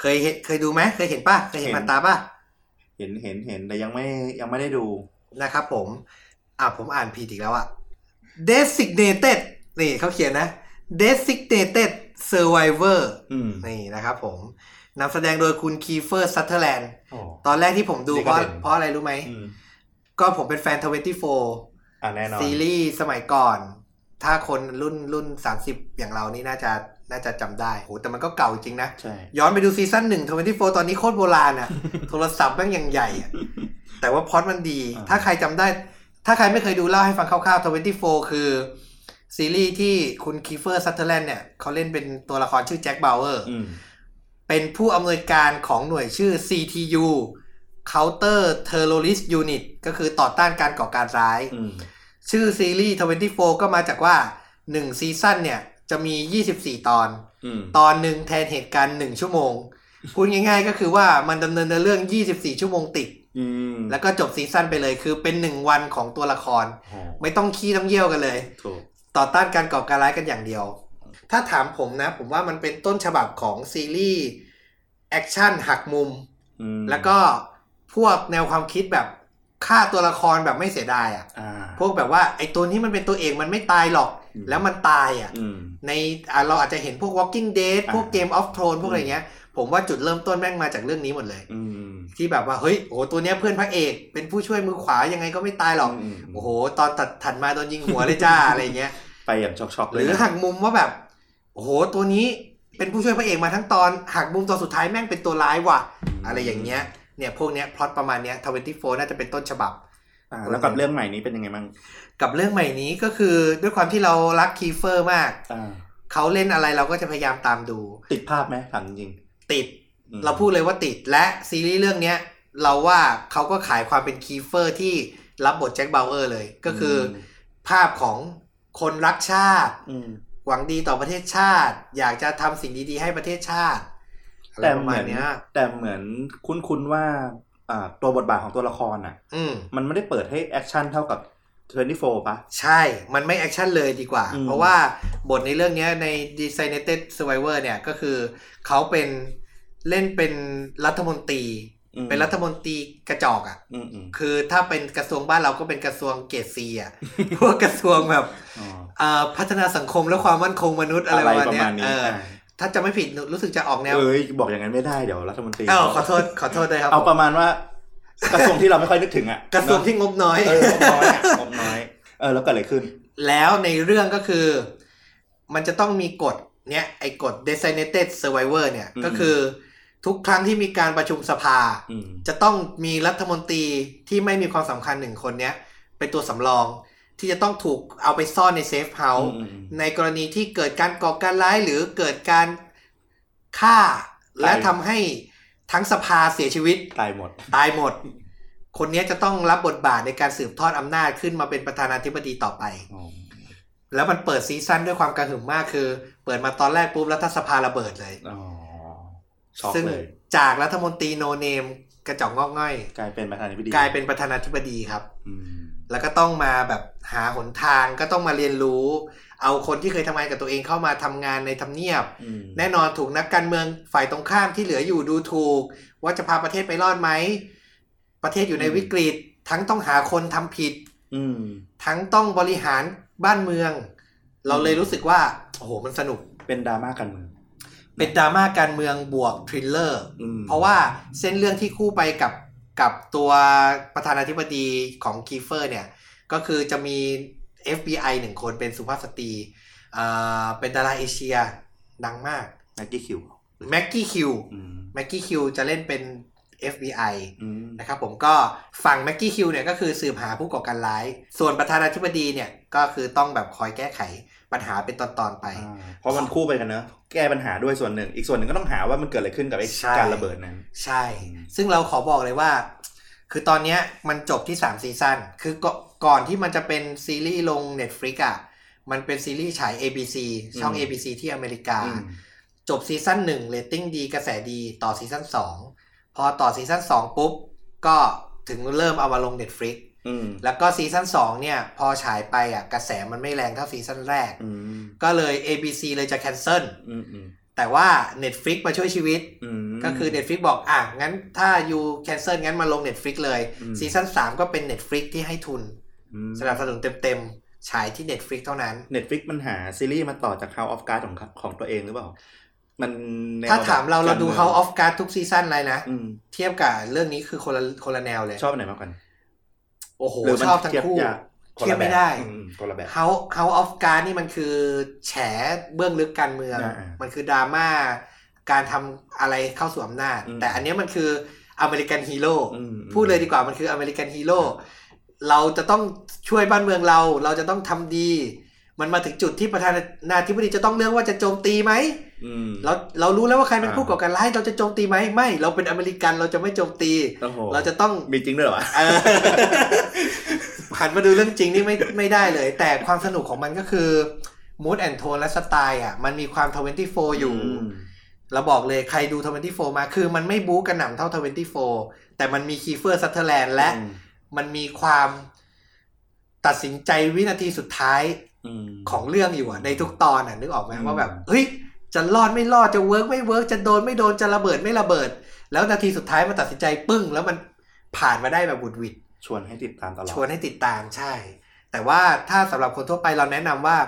A: เคยเห็นเคยดูไหมเคยเห็นป่ะ เคยเห็น
B: เห็น
A: ผ่านตาป่ะ
B: เห็นเห็นเห็นแต่ยังไม่ยังไม่ได้ดู
A: นะครับผม อ่ะผมอ่านผิดอีกแล้วอะ Designated นี่เขาเขียนนะ Designated Survivor
B: อืม
A: นี่นะครับผมนำแสดงโดยคุณคีเฟอร์ซัตเทอร์แลนด์
B: โอ้
A: ตอนแรกที่ผมดู
B: นี่
A: เพ
B: ก็
A: ราะ
B: เด่น
A: เพราะอะไรรู้ไหม
B: อืม
A: ก็ผมเป็นแฟน
B: อ่าแน่นอ
A: 24
B: น
A: ซีรีส์สมัยก่อน ถ้าคนรุ่นรุ่น 30 อย่างเรานี่น่าจะน่าจะจำได้โหแต่มันก็เก่าจริงนะ
B: ใช่
A: ย้อนไปดูซีซั่นหนึ่ง24 ตอนนี้โคตรโบราณ อะ โทรศัพท์แม่งยังใหญ่อะแต่ว่าพล็อดมันดี ถ้าใครจำได้ ถ้าใครไม่เคยดูเล่าให้ฟังคร่าวๆ24 คือ ซีรีส์ที่คุณคีเฟอร์ซัตเทอร์แลนด์เนี่ยเขาเล่นเป็นตัวละครชื่อแจ็คบาวเวอร์
B: อืม
A: เป็นผู้อำนวยการของหน่วยชื่อ CTU Counter Terrorist Unit ก็คือต่อต้านการก่อการร้าย
B: อืม
A: ชื่อซีรีส์ 24 ก็มาจากว่า 1 ซีซั่นเนี่ย จะมี 24 ตอน
B: อืม
A: ตอนหนึ่งแทนเหตุการณ์ 1 ชั่วโมง พูดง่ายๆก็คือว่ามันดำเนินเรื่อง 24 ชั่วโมงติด
B: อืม
A: แล้วก็จบซีซั่นไปเลยคือเป็น 1 วันของตัวละคร
B: อ๋อ
A: ไม่ต้องขี้ต้องเยี่ยวกันเลย
B: ถูก
A: ต่อต้านการก่อการร้ายกันอย่างเดียว ถ้าถามผมนะ ผมว่ามันเป็นต้นฉบับของซีรีส์ แอคชั่นหักมุม
B: อืม
A: แล้วก็พวกแนวความคิดแบบฆ่าตัวละครแบบไม่เสียดายอะ่ะ
B: อ่า
A: พวกแบบว่าไอ้ตัวนี้มันเป็นตัวเองมันไม่ตายหรอก
B: อืม
A: แล้วมันตายอะ่ะ
B: อืม
A: ในอ่ะเราอาจจะเห็นพวก Walking Dead พวก
B: อ่า
A: Game of Thrones พวกอะไรเงี้ย ผมว่าจุดเริ่มต้นแม่งมาจากเรื่องนี้หมดเลย
B: อืม
A: ที่แบบว่าเฮ้ยโอ้โหตัวเนี้ยเพื่อนพระเอก เป็นผู้ช่วยมือขวายังไงก็ไม่ตายหรอก
B: ม
A: โอ้โห ตอนตัดถัดมาโดนยิงหัวเลย จ้า อะไรเงี้ย
B: ไปอย่างช็อกๆ
A: ห
B: เลย
A: รือ
B: นะ
A: หักมุมว่าแบบโอ้โหตัวนี้เป็นผู้ช่วยพระเอกมาทั้งตอนหักมุมตอนสุดท้ายแม่งเป็นตัวร้ายว่ะ
B: ม
A: อะไรอย่างเงี้ยเนี่ยพวกเนี้ยพล็อตประมาณเนี้ยทเวนตี้โฟน่าจะเป็นต้นฉบับ
B: อ่าแล้วกับเรื่องใหม่นี้เป็นยังไงมั่ง
A: กับเรื่องใหม่นี้ก็คือด้วยความที่เรารักคีเฟอร์มาก
B: อ่า
A: เขาเล่นอะไรเราก็จะพยายามตามดู
B: ติดภาพไหมถามจริง
A: ติด
B: ๆอืม
A: เราพูดเลยว่าติดและซีรีส์เรื่องเนี้ยเราว่าเขาก็ขายความเป็นคีเฟอร์ที่รับบทแจ็คเบลเออร์เลย ก็คืออภาพของคนรักชาติ
B: อืม
A: หวังดีต่อประเทศชาติ อยากจะทำสิ่งดีๆให้ประเทศชาติอะไร
B: แต่
A: ประ
B: เห
A: มา
B: มื
A: ณ
B: อน
A: เนี้ย
B: แต่เหมือนคุ้นๆว่าอ่าตัวบทบาทของตัวละครอ่ะ
A: อืม
B: มันไม่ได้เปิดให้แอคชั่นเท่ากับ 24ปะ
A: ใช่ มันไม่แอคชั่นเลยดีกว่า
B: อืม
A: เพราะว่าบทในเรื่องเนี้ยใน Designated Survivor เนี่ยก็คือเขาเป็นเล่นเป็นรัฐมนตรี
B: อืม
A: เป็นรัฐมนตรีกระจอกอะ่ะ
B: อืมอืม
A: คือถ้าเป็นกระทรวงบ้านเราก็เป็นกระทรวงเกรดซีอ่ะ พวกกระทรวงแบบ
B: อ๋อ
A: เอ่อพัฒนาสังคมและความมั่นคงมนุษย์อะไรประมาณเนี้ยเออ
B: อ่า
A: ถ้าจะไม่ผิดรู้สึกจะออกแนว
B: เอ้ยบอกอย่างนั้นไม่ได้เดี๋ยวรัฐมนตรี
A: เอ้าขอโทษขอโทษด้วยครับ
B: เอา
A: ผม
B: ประมาณว่ากระทรวงที่เราไม่ค่อยนึกถึงอ่ะ
A: กระทรวงที่งบน้อย
B: เอองบน้อยอ่ะงบน้อยเออแล้วเกิดอะไรขึ้น
A: แล้วในเรื่องก็คือ มันจะต้องมีกฎเนี้ยไอ้กฎ designated survivor เนี่ย
B: อืม
A: ก็คือทุกครั้งที่มีการประชุมสภา
B: อืม
A: จะต้องมีรัฐมนตรีที่ไม่มีความสำคัญหนึ่งคนเนี้ยเป็นตัวสำรอง ที่จะต้องถูกเอาไปซ่อนในเซฟเฮาส์
B: อืมอืมอืม
A: ในกรณีที่เกิดการก่อการร้ายหรือเกิดการฆ่า และ
B: ใช่
A: ทำให้ทั้งสภาเสียชีวิต
B: ตายหมด
A: ตายหมด คนเนี้ยจะต้องรับบทบาทในการสืบทอดอำนาจขึ้นมาเป็นประธานาธิบดีต่อไป แล้วมันเปิดซีซั่นด้วยความกระหึ่มมากคือ เปิดมาตอนแรกปุ๊บรัฐสภาระเบิดเลย
B: อ๋อช็อก
A: ซึ่ง
B: เลย
A: จากรัฐมนตรีโนเนมกระจอกงอกง่อย
B: กลายเป็นประธานาธิบดี
A: กลายเป็นประธานาธิบดีครับ
B: อืม
A: แล้วก็ต้องมาแบบหาหนทางก็ต้องมาเรียนรู้ เอาคนที่เคยทำงานกับตัวเองเข้ามาทำงานในทำเนียบ
B: อืม
A: แน่นอนถูกนักการเมืองฝ่ายตรงข้ามที่เหลืออยู่ดูถูก ว่าจะพาประเทศไปรอดไหม ประเทศอยู่ในวิกฤต ทั้งต้องหาคนทำผิด
B: อืม
A: ทั้งต้องบริหารบ้านเมือง เราเลยรู้สึกว่าโอ้โหมันสนุก
B: เป็นดราม่ากันเมือง
A: เป็นดราม่าการเมืองบวกทริลเลอร์
B: อืม
A: เพราะว่าเส้นเรื่องที่คู่ไปกับกับตัวประธานาธิบดีของคีเฟอร์เนี่ย ก็คือจะมี FBI หนึ่งคนเป็นสุภาพสตรีเอ่อเป็นดาราเอเชียดังมาก
B: แม็กกี้คิว
A: แม็กกี้คิว
B: อืม
A: แม็กกี้คิวจะเล่นเป็น FBI
B: อืม
A: นะครับผมก็ฝั่งแม็กกี้คิวเนี่ยก็คือสืบหาผู้ก่อการร้าย ส่วนประธานาธิบดีเนี่ยก็คือต้องแบบคอยแก้ไขปัญหาเป็นตอนๆไป
B: อ่าเพราะมันคู่ไปกันเนอะแก้ปัญหาด้วยส่วนหนึ่ง อีกส่วนหนึ่งก็ต้องหาว่ามันเกิดอะไรขึ้นกับไอ้
A: ใช่
B: การระเบิดนั้น
A: ใช่
B: อืม
A: ซึ่งเราขอบอกเลยว่า คือตอนเนี้ยมันจบที่ 3 ซีซั่น คือก่อนก่อนที่มันจะเป็นซีรีส์ลง Netflix อ่ะ มันเป็นซีรีส์ฉาย ABC ช่อง ABC ที่อเมริกา
B: อืม
A: จบซีซั่น1เรตติ้งดีกระแสดีต่อซีซั่น2 พอต่อซีซั่น2 ปุ๊บ ก็ถึงเริ่มเอามาลง Netflix
B: อืม
A: แล้วก็ซีซั่น2เนี่ย พอฉายไปอ่ะ กระแสมันไม่แรงเท่าซีซั่นแรก
B: อืม
A: ก็เลย ABC เลยจะแคนเซิล
B: อืมอืม
A: แต่ว่า Netflix มาช่วยชีวิต
B: อืม
A: ก็คือ Netflix บอก อ่ะ งั้นถ้าอยู่ cancel งั้นมาลง Netflix เลย
B: อืม
A: ซีซั่น3 ก็เป็น Netflix ที่ให้ทุน
B: อืม
A: สนับสนุนเต็มๆ ฉายที่ Netflix เท่านั้น
B: Netflix มันหาซีรีส์มาต่อจาก House of Cards ของของตัวเองหรือเปล่า มันแนว
A: ถ้าถามเราเราดู
B: แบบ
A: House of Cards ทุกซีซั่นเลยนะ
B: อืม
A: เทียบกับเรื่องนี้คือคนละคนละแนวเลย
B: ชอบอันไหนมากกว่ากัน
A: โอ้โห
B: หรืมัน
A: ชอบทั้ง
B: เทีย
A: คู่
B: ยากคน
A: เทียบ
B: ละแบ
A: ไม่
B: บ
A: ได้
B: อืมคนละแบบ
A: House House of Cards นี่มันคือแฉเบื้องลึกการเมือง
B: อ่าๆ
A: มันคือดราม่าการทำอะไรเข้าสู่อำนาจ
B: อืม
A: แต่อันเนี้ยมันคืออเมริกันฮีโร่
B: อืม
A: พูดเลยดีกว่ามันคืออเมริกันฮีโร่เราจะต้องช่วยบ้านเมืองเรา เราจะต้องทำดี มันมาถึงจุดที่ประธานาธิบดีจะต้องเลือกว่าจะโจมตีไหม
B: อืม
A: เราเรารู้แล้วว่าใครเป็น
B: อ่า
A: ผู้ก่อการร้ายเราจะโจมตีไหมไม่ เราเป็นอเมริกันเราจะไม่โจมตี
B: โอ้โห
A: เราจะต้อง
B: มีจริงด้วยเหรอวะ
A: เออหันมาดูเรื่องจริงนี่ไม่ไม่ได้เลย แต่ความสนุกของมันก็คือ mood and tone และสไตล์อ่ะ มันมีความ 24 อยู่
B: ม
A: เราบอกเลยใครดู 24 มา คือมันไม่บู๊กระหน่ำเท่า 24 แต่มันมีคีเฟอร์ซัตเทอร์แลนด์และ
B: อืม
A: มันมีความตัดสินใจวินาทีสุดท้าย
B: อืม
A: ของเรื่องอยู่อะในทุกตอนอ่ะนึกออกไหม
B: อืม
A: ว่าแบบเฮ้ยจะรอดไม่รอดจะเวิร์กไม่เวิร์กจะโดนไม่โดนจะระเบิดไม่ระเบิด แล้วนาทีสุดท้ายมันตัดสินใจปึ้ง แล้วมันผ่านมาได้แบบบุดหวิด
B: ชวนให้ติดตามตลอด
A: ชวนให้ติดตามใช่ แต่ว่าถ้าสำหรับคนทั่วไปเราแนะนำว่า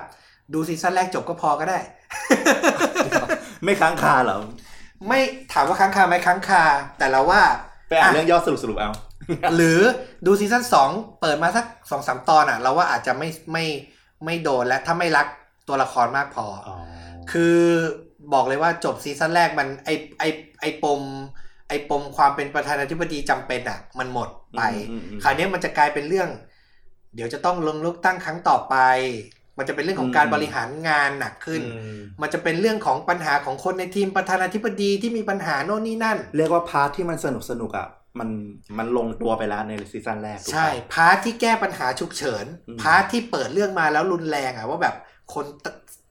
A: ดูซีซั่นแรกจบก็พอก็ได้
B: ไม่ค้างคาเหรอ
A: ไม่ถามว่าค้างคาไหมค้างคา แต่เรา ว่า
B: ไปอ่านเรื่องย่อสรุปสรุปเอา
A: หรือดูซีซั่นสองเปิดมาสักสองสามตอนอ่ะ เราว่าอาจจะไม่ไม่ไม่โดนและถ้าไม่รักตัวละครมากพออ
B: อ๋อ
A: คือบอกเลยว่าจบซีซั่นแรกมันไอไอไอปม ไอปมความเป็นประธานาธิบดีจำเป็นอ่ะ มันหมดไป
B: อืมอืมอืม
A: คราวเนี้ยมันจะกลายเป็นเรื่อง เดี๋ยวจะต้องลงเลือกตั้งครั้งต่อไป มันจะเป็นเรื่องของการ
B: อืม
A: บริหารงานหนักขึ้น
B: อืม
A: มันจะเป็นเรื่องของปัญหาของคนในทีมประธานาธิบดีที่มีปัญหาโน่นนี่นั่น
B: เรียกว่าพาร์ทที่มันสนุกสนุกอ่ะ มันมันลงตัวไปแล้วในซีซั่นแรกถูกปะ
A: ใช่ พาร์ทที่แก้ปัญหาฉุกเฉิน
B: อืม
A: พาร์ทที่เปิดเรื่องมาแล้วรุนแรงอะว่าแบบคนต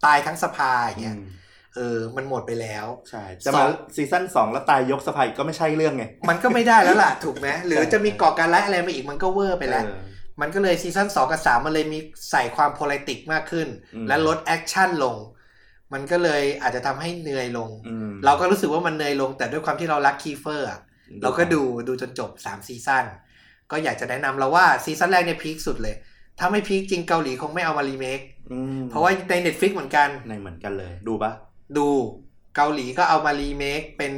A: ตายทั้งสภาอย่างเงี้ย
B: อืม
A: เออ มันหมดไปแล้ว
B: ใช่จะ
A: สอ
B: มาง ซีซั่นสองแล้วตายยกสะพายก็ไม่ใช่เรื่องไง
A: มันก็ไม่ได้แล้วล่ะ ถูกไหมหรือจะมีก่อการร้ายอะไรมาอีกมันก็เวอร์ไปแล้ว
B: เออ
A: มันก็เลยซีซั่น2 กับ 3 มันเลยมีใส่ความโพลิติกมากขึ้น
B: อืม
A: และลดแอคชั่นลง มันก็เลยอาจจะทำให้เหนื่อยลง
B: อืม
A: เราก็รู้สึกว่ามันเหนื่อยลง แต่ด้วยความที่เรารักคีเฟอร์อะเราก็ดูดูจนจบ 3 ซีซั่นก็อยากจะแนะนำเราว่าซีซั่นแรกเนี่ยพีคสุดเลย ถ้าไม่พีคจริงเกาหลีคงไม่เอามารีเมค
B: อืม
A: เพราะว่าใน Netflix เหมือนกัน
B: ในเหมือนกันเลย ดูปะ
A: ดูเกาหลีก็เอามารีเมคเป็น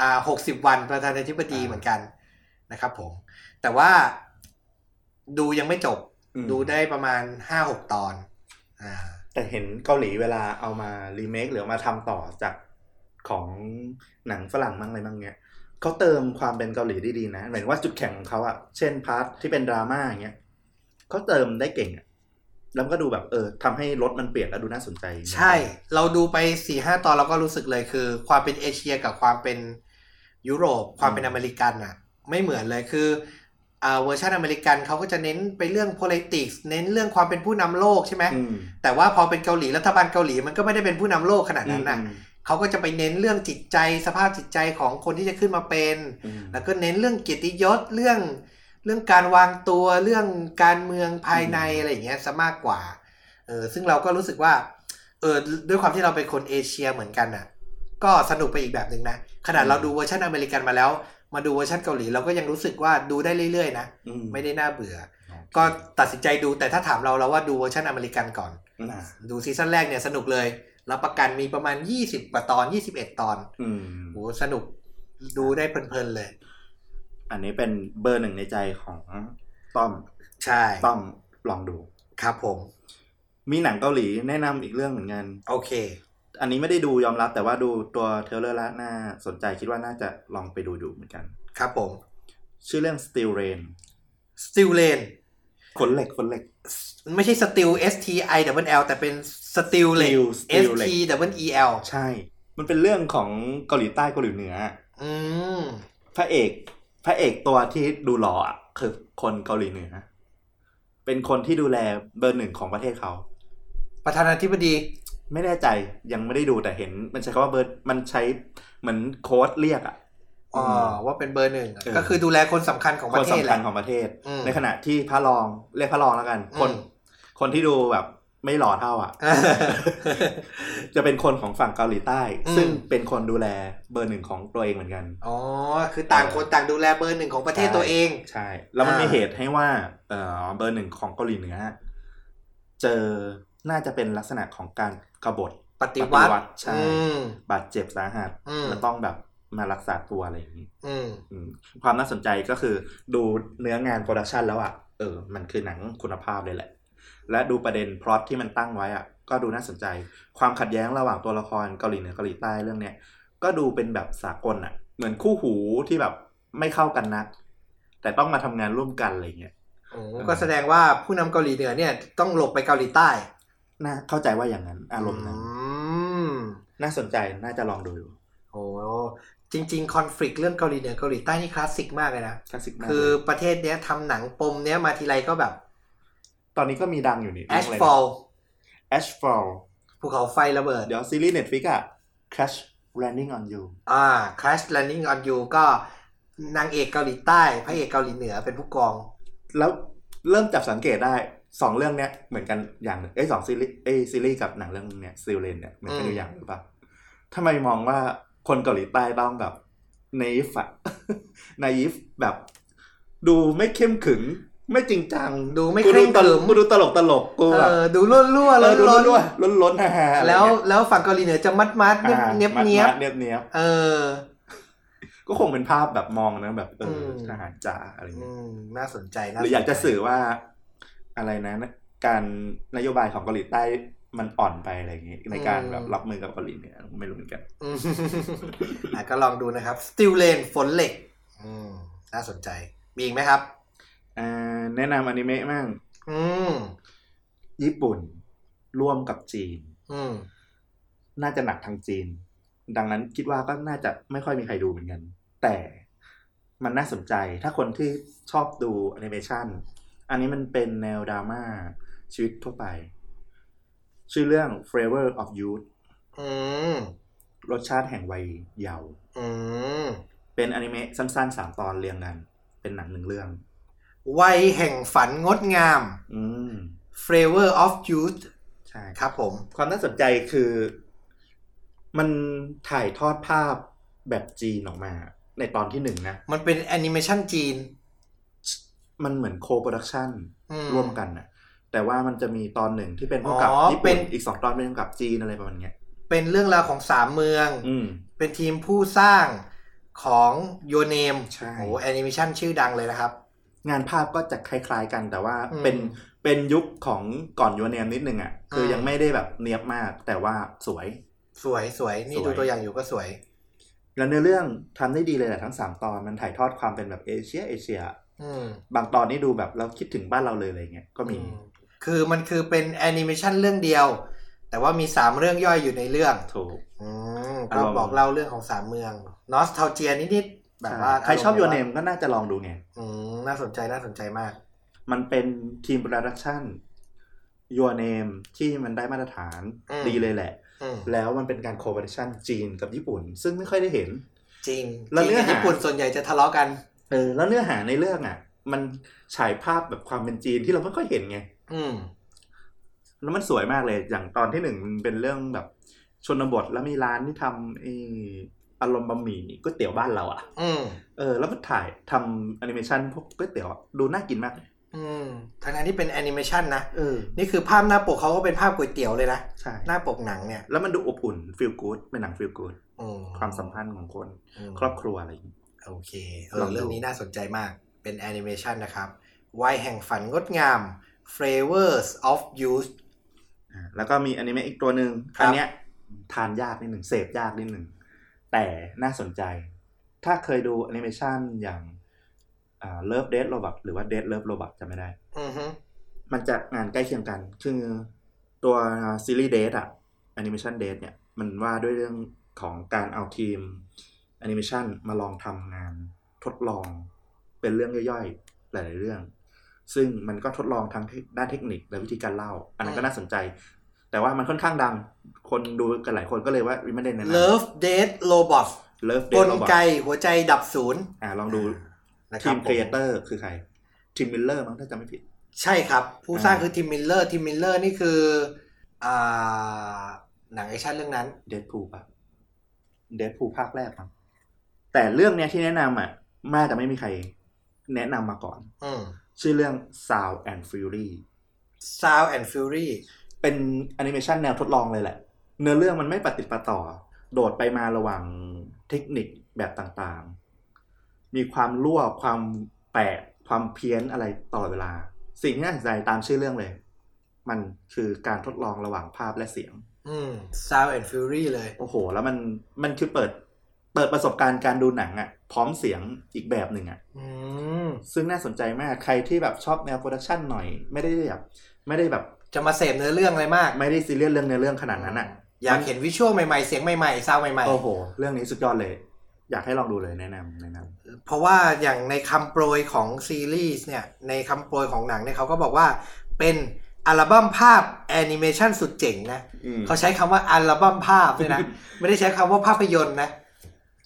A: อ่าหกสิบวันประธานาธิบดีเหมือนกันนะครับผม แต่ว่าดูยังไม่จบ
B: อืม
A: ดูได้ประมาณห้าหกตอน อ่า
B: แต่เห็นเกาหลีเวลาเอามารีเมคหรือมาทำต่อจากของหนังฝรั่งมั่งอะไรมั่งเงี้ยเขาเติมความเป็นเกาหลีได้ดีนะหมายถึงว่าจุดแข็งของเขาอะเช่นพาร์ทที่เป็นดราม่าอย่างเงี้ยเขาเติมได้เก่งอะแล้วมันก็ดูแบบเออทำให้รถมันเปลี่ยนแล้วดูน่าสนใจ
A: ใช่ เราดูไปสี่ห้าตอนเราก็รู้สึกเลยคือ ความเป็นเอเชียกับความเป็นยุโรป ความเป็นอเมริกันอะไม่เหมือนเลยคืออ่าเวอร์ชันอเมริกันเขาก็จะเน้นไปเรื่อง politics เน้นเรื่องความเป็นผู้นำโลกใช่ไหม
B: อืม
A: แต่ว่าพอเป็นเกาหลีรัฐบาลเกาหลีมันก็ไม่ได้เป็นผู้นำโลกขนาดนั้นน่ะ
B: อืม
A: เขาก็จะไปเน้นเรื่องจิตใจสภาพจิตใจของคนที่จะขึ้นมาเป็น
B: อืม
A: แล้วก็เน้นเรื่องเกียรติยศเรื่องเรื่องการวางตัวเรื่องการเมืองภายใน
B: อืม
A: อะไรอย่างเงี้ยซะมากกว่าเออซึ่งเราก็รู้สึกว่าเออด้วยความที่เราเป็นคนเอเชียเหมือนกันน่ะ ก็สนุกไปอีกแบบหนึ่งนะขนาดเราดูเวอร์ชันอเมริกันมาแล้ว มาดูเวอร์ชันเกาหลีเราก็ยังรู้สึกว่าดูได้เรื่อยๆนะ
B: อื
A: ไม่ได้น่าเบื่อ
B: โอเค
A: ก็ตัดสินใจดูแต่ถ้าถามเราเราว่าดูเวอร์ชันอเมริกันก่อน
B: น่ะ
A: ดูซีซั่นแรกเนี่ยสนุกเลยรับประกันมีประมาณ 20กว่าตอน 21 ตอน
B: อืม
A: โหสนุกดูได้เพลินๆเลย
B: อันนี้เป็นเบอร์หนึ่งในใจของต้อม
A: ใช่
B: ต้อมลองดู
A: ครับผม
B: มีหนังเกาหลีแนะนำอีกเรื่องเหมือนกัน
A: โอเค
B: อันนี้ไม่ได้ดูยอมรับแต่ว่าดูตัวเทรลเลอร์แล้วน่าสนใจคิดว่าน่าจะลองไปดูดูเหมือนกัน
A: ครับผม
B: ชื่อเรื่อง Steel Rain
A: Steel Lane
B: ฝนเหล็กฝนเหล็ก
A: ไม่ใช่ Steel S T I double L แต่เป็น Steel Lane
B: Steel-
A: S
B: Steel
A: T
B: Lane
A: double E L
B: ใช่ มันเป็นเรื่องของเกาหลีใต้เกาหลีเหนือ
A: อืม
B: พระเอกพระเอกตัวที่ดูหล่ออะคือคนเกาหลีเหนือ เป็นคนที่ดูแลเบอร์หนึ่งของประเทศเขา
A: ประธานาธิบดี
B: ไม่แน่ใจยังไม่ได้ดูแต่เห็น มันใช้คำว่าเบอร์มันใช้เหมือนโค้ดเรียกอ่ะ
A: อ๋อ ว่าเป็นเบอร์หนึ่ง
B: เออ
A: ก็คือดูแลคนสำคัญของ
B: ค
A: ป
B: น
A: ระเทศ
B: สำ
A: แห
B: คัญ
A: ละ
B: ของประเทศ
A: อืม
B: ในขณะที่พระรองเรียกพระรองแล้วกัน คน
A: อืม
B: คนที่ดูแบบไม่หล่อเท่า อ่ะ จะเป็นคนของฝั่งเกาหลีใต้
A: อืม
B: ซึ่งเป็นคนดูแลเบอร์หนึ่งของตัวเองเหมือนกัน
A: อ๋อ คือต่างคนต่างดูแลเบอร์หนึ่งของประเทศตัวเอง
B: ใช่ แล้วมัน
A: อ่ามี
B: มีเหตุให้ว่าเออเบอร์หนึ่งของเกาหลีเหนือเจอน่าจะเป็นลักษณะของการกบฏ
A: ปฏิวัติ
B: ปฏิวัติใช่
A: อืม
B: บาดเจ็บสาหัส
A: อืม
B: แล้วต้องแบบมารักษาตัวอะไรอย่างนี้
A: อืม
B: อืมความน่าสนใจก็คือดูเนื้องานโปรดักชันแล้วอะ่ะ เออ มันคือหนังคุณภาพเลยแหละ และดูประเด็นพล็อตที่มันตั้งไว้อะ่ะ ก็ดูน่าสนใจ ความขัดแย้งระหว่างตัวละครเกาหลีเหนือเกาหลีใต้เรื่องเนี้ย ก็ดูเป็นแบบสากลอะ่ะ เหมือนคู่หูที่แบบไม่เข้ากันนัก แต่ต้องมาทำงานร่วมกันอะไรเงี้ย
A: โอ้ก็แสดงว่าผู้นำเกาหลีเหนือเนี่ยต้องหลบไปเกาหลีใต้
B: น่าเข้าใจว่าอย่างนั้น อารมณ์นั้น
A: อืม
B: น่าสนใจน่าจะลองดู
A: โอ้จริง ๆ คอนฟ lict เรื่องเกาหลีเหนือเกาหลีใต้นี่คลาสสิกมากเลยนะ
B: คลาสสิกมาก
A: คือประเทศเนี้ยทำหนังปมเนี้ยมาทีไรก็แบบ
B: ตอนนี้ก็มีดังอยู่นี่
A: Ashfall
B: แอชฟอล
A: ภูเขาไฟระเบิด
B: เดี๋ยวซีรีส์เน็ตฟิกอะ Crash Landing on You
A: อ่า Crash Landing on You ก็นางเอกเกาหลีใต้พระเอกเกาหลีเหนือเป็นผู้กอง
B: แล้วเริ่มจับสังเกตได้สองเรื่องเนี้ยเหมือนกันอย่างหนึ่งเอ้ยสองซีรีส์เอ้ยซีรีส์กับหนังเรื่องเนี้ยซิลเลนเนี่ยเหมือนกันอ
A: อื
B: ยู่
A: ม
B: อย่างหรือเปล่าทำไมมองว่าคนเกาหลีใต้ต้องแบบนายิฟอะ นายิฟแบบ ดูไม่เข้มขึง ไม่จริงจัง
A: ดูไม่เคร่ง
B: กูต
A: ข
B: ล
A: รึ
B: ก
A: ม
B: กูดูตลกตลกกูแบบ
A: เออดูรั่วรั่ว
B: เอ
A: ล้
B: อนดู
A: ล้น
B: ล้วนล้นล้นฮ่าฮ่าอะไร
A: แล้ว
B: เงี้ย
A: แล้วฝั่งเกาหลีเหนือจะมัดมัดเนียบ
B: อ่า
A: เนียบเนียบ
B: มัดๆเนียบเนียบ
A: เออ
B: ก็คงเป็นภาพแบบมองนะแบบเอออ
A: ม
B: ทหารจ๋าอะไรเงี้ย
A: อืมน่าสนใจน่
B: หรืออยากจะ
A: อ
B: สื่อว่าอะไรนะการนโยบายของเกาหลีใต้มันอ่อนไปอะไรอย่างงี้ในการแบบรับมือกับเกาหลีเหนี่ยไม่รู้เหมือนกัน
A: ม อ่ะก็ลองดูนะครับ Steel Lane ฝนเหล็ก อืม น่าสนใจ มีอีกไหมครับ
B: อ่าแนะนำอนิเมะมั่ง
A: อืม
B: ญี่ปุ่น ร่วมกับจีน
A: อืม
B: น่าจะหนักทางจีน ดังนั้นคิดว่าก็น่าจะไม่ค่อยมีใครดูเหมือนกัน แต่มันน่าสนใจ ถ้าคนที่ชอบดูแอนิเมชันอันนี้มันเป็นแนวดราม่าชีวิตทั่วไป ชื่อเรื่อง Flavor of Youth
A: อืม
B: รสชาติแห่งวัยเยาว์
A: อืม
B: เป็นอนิเมะสั้นๆสามตอนเรียงกัน เป็นหนังหนึ่งเรื่อง
A: วัยแห่งฝันงดงาม
B: อืม
A: Flavor of Youth
B: ใช่
A: ครับผม
B: ความน่าสนใจคือ มันถ่ายทอดภาพแบบจีนออกมา ในตอนที่หนึ่งนะ
A: มันเป็นแอนิเมชันจีน
B: มันเหมือนโคโปรดักชัน
A: อืม
B: ร่วมกันนะแต่ว่ามันจะมีตอนหนึ่งที่เป็นพวกำกับ
A: อ๋อ
B: ญี่
A: เป็
B: ปุ่น
A: น
B: อีกสองตอนเป็นพวกำกับจีนอะไรประมาณเนี้ย
A: เป็นเรื่องราวของสามเมือง
B: อืม
A: เป็นทีมผู้สร้างของโยเนม
B: ใช่
A: โอ้แอนิเมชันชื่อดังเลยนะครับ
B: งานภาพก็จะคล้าย ๆ กันแต่ว่า
A: อืม
B: เป็นเป็นยุคของก่อนยูเนียมนิดนึงอะ่ะ คืออ
A: ม
B: ยังไม่ได้แบบเนียบมาก แต่ว่าสวย
A: สวยสวยนี่
B: สวย
A: ดูตัวอย่างอยู่ก็สวย
B: แล้วเนื้อเรื่องทำได้ดีเลยแหละทั้งสามตอนมันถ่ายทอดความเป็นแบบเอเชียเอเชีย
A: อืม
B: บางตอนนี่ดูแบบเราคิดถึงบ้านเราเลยอะไรเงี้ยก็มี
A: อืมคือมันคือเป็นแอนิเมชันเรื่องเดียว แต่ว่ามีสามเรื่องย่อยอยู่ในเรื่อง
B: ถูก
A: อืม
B: อา
A: ก็
B: รมณ์
A: บอกเล่าเรื่องของสามเมืองนอสเทาเจียนิดๆแบบว่า
B: ใครชอบ
A: า
B: โย
A: มณ์
B: เน
A: แว่าม
B: ก็น่าจะลองดูไง
A: อืมน่าสนใจน่าสนใจมาก
B: มันเป็นทีมโปรดักชั่นโยเนมที่มันได้มาตรฐาน
A: อืม
B: ดีเลยแหละ
A: อืม
B: แล้วมันเป็นการโคเ o อร์ชั่นจีนกับญี่ปุ่น ซึ่งไม่ค่อยได้เห็น
A: จริง
B: แล้ว
A: จี
B: เนื้อ
A: กับ
B: หา
A: ญี่ปุ่นส่วนใหญ่จะทะเลาะกัน
B: เออแล้วเนื้อหาในเรื่องอ่ะ มันฉายภาพแบบความเป็นจีนที่เราไม่ค่อยเห็นไง
A: อืม
B: แล้วมันสวยมากเลย อย่างตอนที่หนึ่งมันเป็นเรื่องแบบชนบทแล้วมีร้านที่ทำไอ้อารมณ์บะหมี่ก๋วยเตี๋ยวบ้านเราอะ่ะ
A: อืม
B: เออ แล้วมันถ่ายทำแอนิเมชันพวกก๋วยเตี๋ยวอะดูน่ากินมาก
A: อืมทั้งนั้นที่เป็นแอนิเมชันนะ
B: เออ
A: นี่คือภาพหน้าปกเขาก็เป็นภาพก๋วยเตี๋ยวเลยนะ
B: ใช่
A: หน้าปกหนังเนี่ย
B: แล้วมันดูอบอุ่นฟิลกู o ดเป็นหนังฟิลกู o ด
A: อื
B: ความสัมพันธ์ของคน
A: อืม
B: ครอบครัวอะไรอย่างงี้
A: โอเคเอ
B: ล
A: อ
B: องดู
A: เรื่องนี้น่าสนใจมากเป็นแอนิเมชันนะครับวัยแห่งฝันงดงาม flavors of youth
B: อ่าแล้วก็มีอนิเมะอีกตัวหนึ่ง
A: ครับ
B: อันเนี้ยทานยากนิดหนึ่งเสพยากนิดหนึ่งแต่น่าสนใจ ถ้าเคยดูแอนิเมชันอย่างเลิฟเดทโรบอทหรือว่าเดทเลิฟโรบอทจำไม่ได้
A: อือฮึ
B: มันจะงานใกล้เคียงกัน คือตัวซีรีส์เดทอะแอนิเมชันเดทเนี่ย มันว่าด้วยเรื่องของการเอาทีมแอนิเมชันมาลองทำงานทดลองเป็นเรื่องย่อยๆ หลายๆเรื่อง ซึ่งมันก็ทดลองทั้งด้านเทคนิคและวิธีการเล่า อันนั้นก็น่าสนใจ แต่ว่ามันค่อนข้างดัง คนดูกันหลายคนก็เลยว่าไม่ได้แนะนำ
A: love death robot
B: เลิฟเด
A: ก
B: ท
A: ลไกหัวใจดับศูนย์
B: อ่าลองดู
A: นะค
B: ที
A: รับ
B: มครีเอเตอร์คือใครทีมมิลเลอร์มั้งถ้าจำไม่ผิด
A: ใช่ครับ ผู้
B: อ่า
A: สร้างคือทีมมิลเลอร์ทีมมิลเลอร์นี่คืออ่าหนังแอคชั่นเรื่องนั้น
B: เดดพูปะเดดพูภาคแรกมั้งแต่เรื่องเนี้ยที่แนะนำอ่ะน่าจะไม่มีใครแนะนำมาก่อน
A: อืม
B: ชื่อเรื่อง Sound and Fury
A: sound and fury
B: เป็นแอนิเมชันแนวทดลองเลยแหละ เนื้อเรื่องมันไม่ปฏิดปะต่อ โดดไปมาระหว่างเทคนิคแบบต่างๆ มีความรั่วความแปลกความเพี้ยนอะไรตลอดเวลา สิ่งที่น่าสนใจตามชื่อเรื่องเลย มันคือการทดลองระหว่างภาพและเสียง
A: อืม sound and fury เลย
B: โอ้โห แล้วมันมันคือเปิดเปิดประสบการณ์การดูหนังอะ่ะ พร้อมเสียงอีกแบบหนึ่งอะ่ะ
A: อืม
B: ซึ่งน่าสนใจมากใครที่แบบชอบแนวโปรดักชันหน่อย ไม่ได้แบบไม่ได้แบบ
A: จะมาเสพเนื้อเรื่องอะไรมาก
B: ไม่ได้ซีเรียสเรื่องเนื้อเรื่องขนาดนั้นอ่ะ
A: อยากเห็นวิชวลใหม่ๆ เสียงใหม่ๆซาวด์ใหม่
B: โอ้โห เรื่องนี้สุดยอดเลย อยากให้ลองดูเลยแนะนำแนะนำ
A: ๆ เพราะว่าอย่างในคำโปรยของซีรีส์เนี่ย ในคำโปรยของหนังเนี่ยเขาก็บอกว่าเป็นอัลบั้มภาพแอนิเมชันสุดเจ๋งนะ เขาใช้คำว่าอัลบั้มภาพ เลยนะ ไม่ได้ใช้คำว่าภาพยนตร์นะ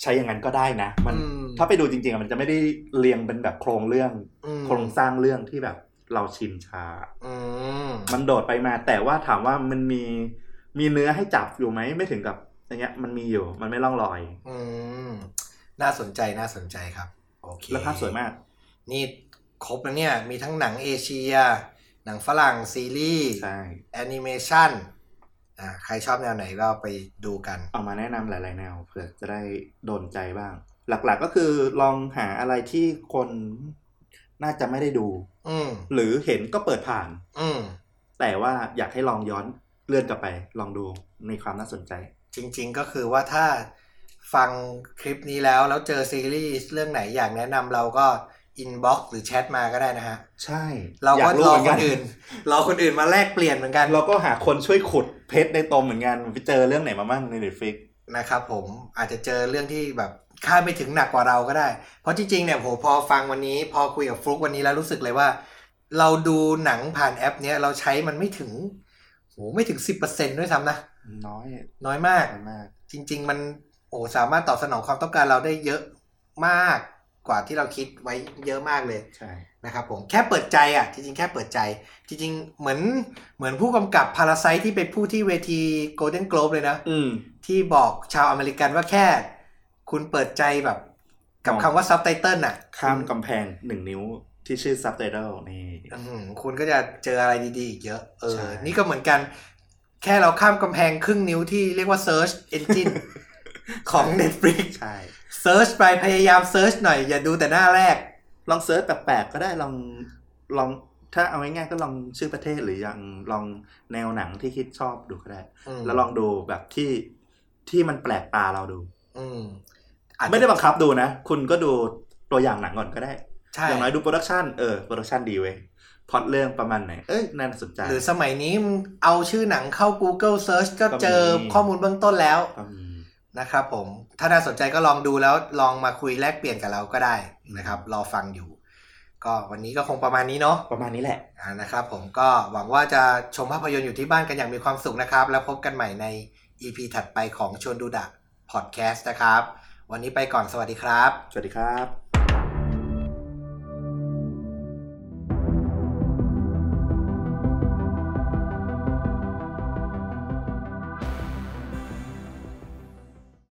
B: ใช้อย่างนั้นก็ได้นะ มัน
A: อืม
B: ถ้าไปดูจริงๆอะมันจะไม่ได้เรียงเป็นแบบโครงเรื่อง
A: อืม
B: โครงสร้างเรื่องที่แบบเราชินชา
A: อืม
B: มันโดดไปมา แต่ว่าถามว่ามันมีมีเนื้อให้จับอยู่ไหมไม่ถึงกับอย่างเงี้ยมันมีอยู่มันไม่ล่องลอย
A: อืมน่าสนใจน่าสนใจครับ โอเค
B: แล้วภาพสวยมาก
A: นี่ครบแล้วเนี่ย มีทั้งหนังเอเชีย หนังฝรั่งซีรีส์
B: ใช่
A: แอนิเมชันอ่าใครชอบแนวไหนก็ไปดูกัน
B: เอามาแนะนำหลาย ๆ แนวเผื่อจะได้โดนใจบ้าง หลักๆก็คือลองหาอะไรที่คนน่าจะไม่ได้ดู
A: อืม
B: หรือเห็นก็เปิดผ่าน
A: อืม
B: แต่ว่าอยากให้ลองย้อนเลื่อนกลับไป ลองดูมีความน่าสนใจ
A: จริง ๆ ก็คือว่าถ้าฟังคลิปนี้แล้ว แล้วเจอซีรีส์เรื่องไหนอยากแนะนำเราก็อินบ็อกซ์หรือแชทมาก็ได้นะฮะ
B: ใช่
A: เรา
B: อย
A: ก็รอ
B: เหมื
A: ค
B: กัน
A: อื่น รอคนอื่นมาแลกเปลี่ยนเหมือนกัน
B: เราก็หาคนช่วยขุดเพชรในตมเหมือนกันไปเจอเรื่องไหนมาบ้างในเน็ตฟิก
A: นะครับผมอาจจะเจอเรื่องที่แบบคาดไม่ถึงหนักกว่าเราก็ได้ เพราะจริงๆเนี่ยโหพอฟังวันนี้ พอคุยกับฟลุกวันนี้แล้วรู้สึกเลยว่า เราดูหนังผ่านแอป เนี้ยเราใช้มันไม่ถึงโหไม่ถึงสิบเปอร์เซ็นด้วยซ้ำนะ
B: น้อย
A: น้อยมาก
B: น้อยมาก
A: จริง ๆ มันโอ้สามารถตอบสนองความต้องการเราได้เยอะมากกว่าที่เราคิดไว้เยอะมากเลย
B: ใช่
A: นะครับผมแค่เปิดใจอ่ะจริงๆแค่เปิดใจ จริงๆเหมือนเหมือนผู้กำกับพาราไซที่ไปพูดที่เวทีโกลเด้นโกลบเลยนะ
B: อืม
A: ที่บอกชาวอเมริกันว่าแค่ คุณเปิดใจแบบ กับ
B: อ๋อ
A: คำว่าซับไตเติลอ่ะ
B: ข้ามกำแพงหนึ่งนิ้วที่ชื่อซับไตเติลนี่
A: อื้อหือคุณก็จะเจออะไรดีๆอีกเยอะเออ
B: ใช่
A: นี่ก็เหมือนกัน แค่เราข้ามกำแพงครึ่งนิ้วที่เรียกว่า Search Engine ของ Netflix
B: ใช่
A: Search ไปพยายาม Search หน่อยอย่าดูแต่หน้าแรก
B: ลองเซิร์ชแปลกๆก็ได้ลองลองถ้าเอาง่ายๆก็ลองชื่อประเทศหรือยังลองแนวหนังที่คิดชอบดูก็ได้
A: อืม
B: แล้วลองดูแบบที่ที่มันแปลกตาเราดู
A: อืมอาจจะ
B: ไม่ได้บังคับดูนะ คุณก็ดูตัวอย่างหนังก่อนก็ได้
A: ใช่
B: อย่างน้อยดูโปรดักชันเออ โปรดักชันดีเว้ยพล็อดเรื่องประมาณไหน เอ้ยน่าสนใจ
A: หรือสมัยนี้มึงเอาชื่อหนังเข้า Google Search ก็
B: ก็มี
A: เจอข้อมูลเบื้องต้นแล้ว
B: ก็มี
A: นะครับผม ถ้าน่าสนใจก็ลองดูแล้วลองมาคุยแลกเปลี่ยนกับเราก็ได้นะครับ รอฟังอยู่ ก็วันนี้ก็คงประมาณนี้เนาะ
B: ประมาณนี้แหละ
A: อ่านะครับผมก็หวังว่าจะชมภาพยนตร์อยู่ที่บ้านกันอย่างมีความสุขนะครับ แล้วพบกันใหม่ใน EP ถัดไปของชวนดูดะพอดแคสต์นะครับ วันนี้ไปก่อนสวัสดีครับ
B: สวัสดีครับ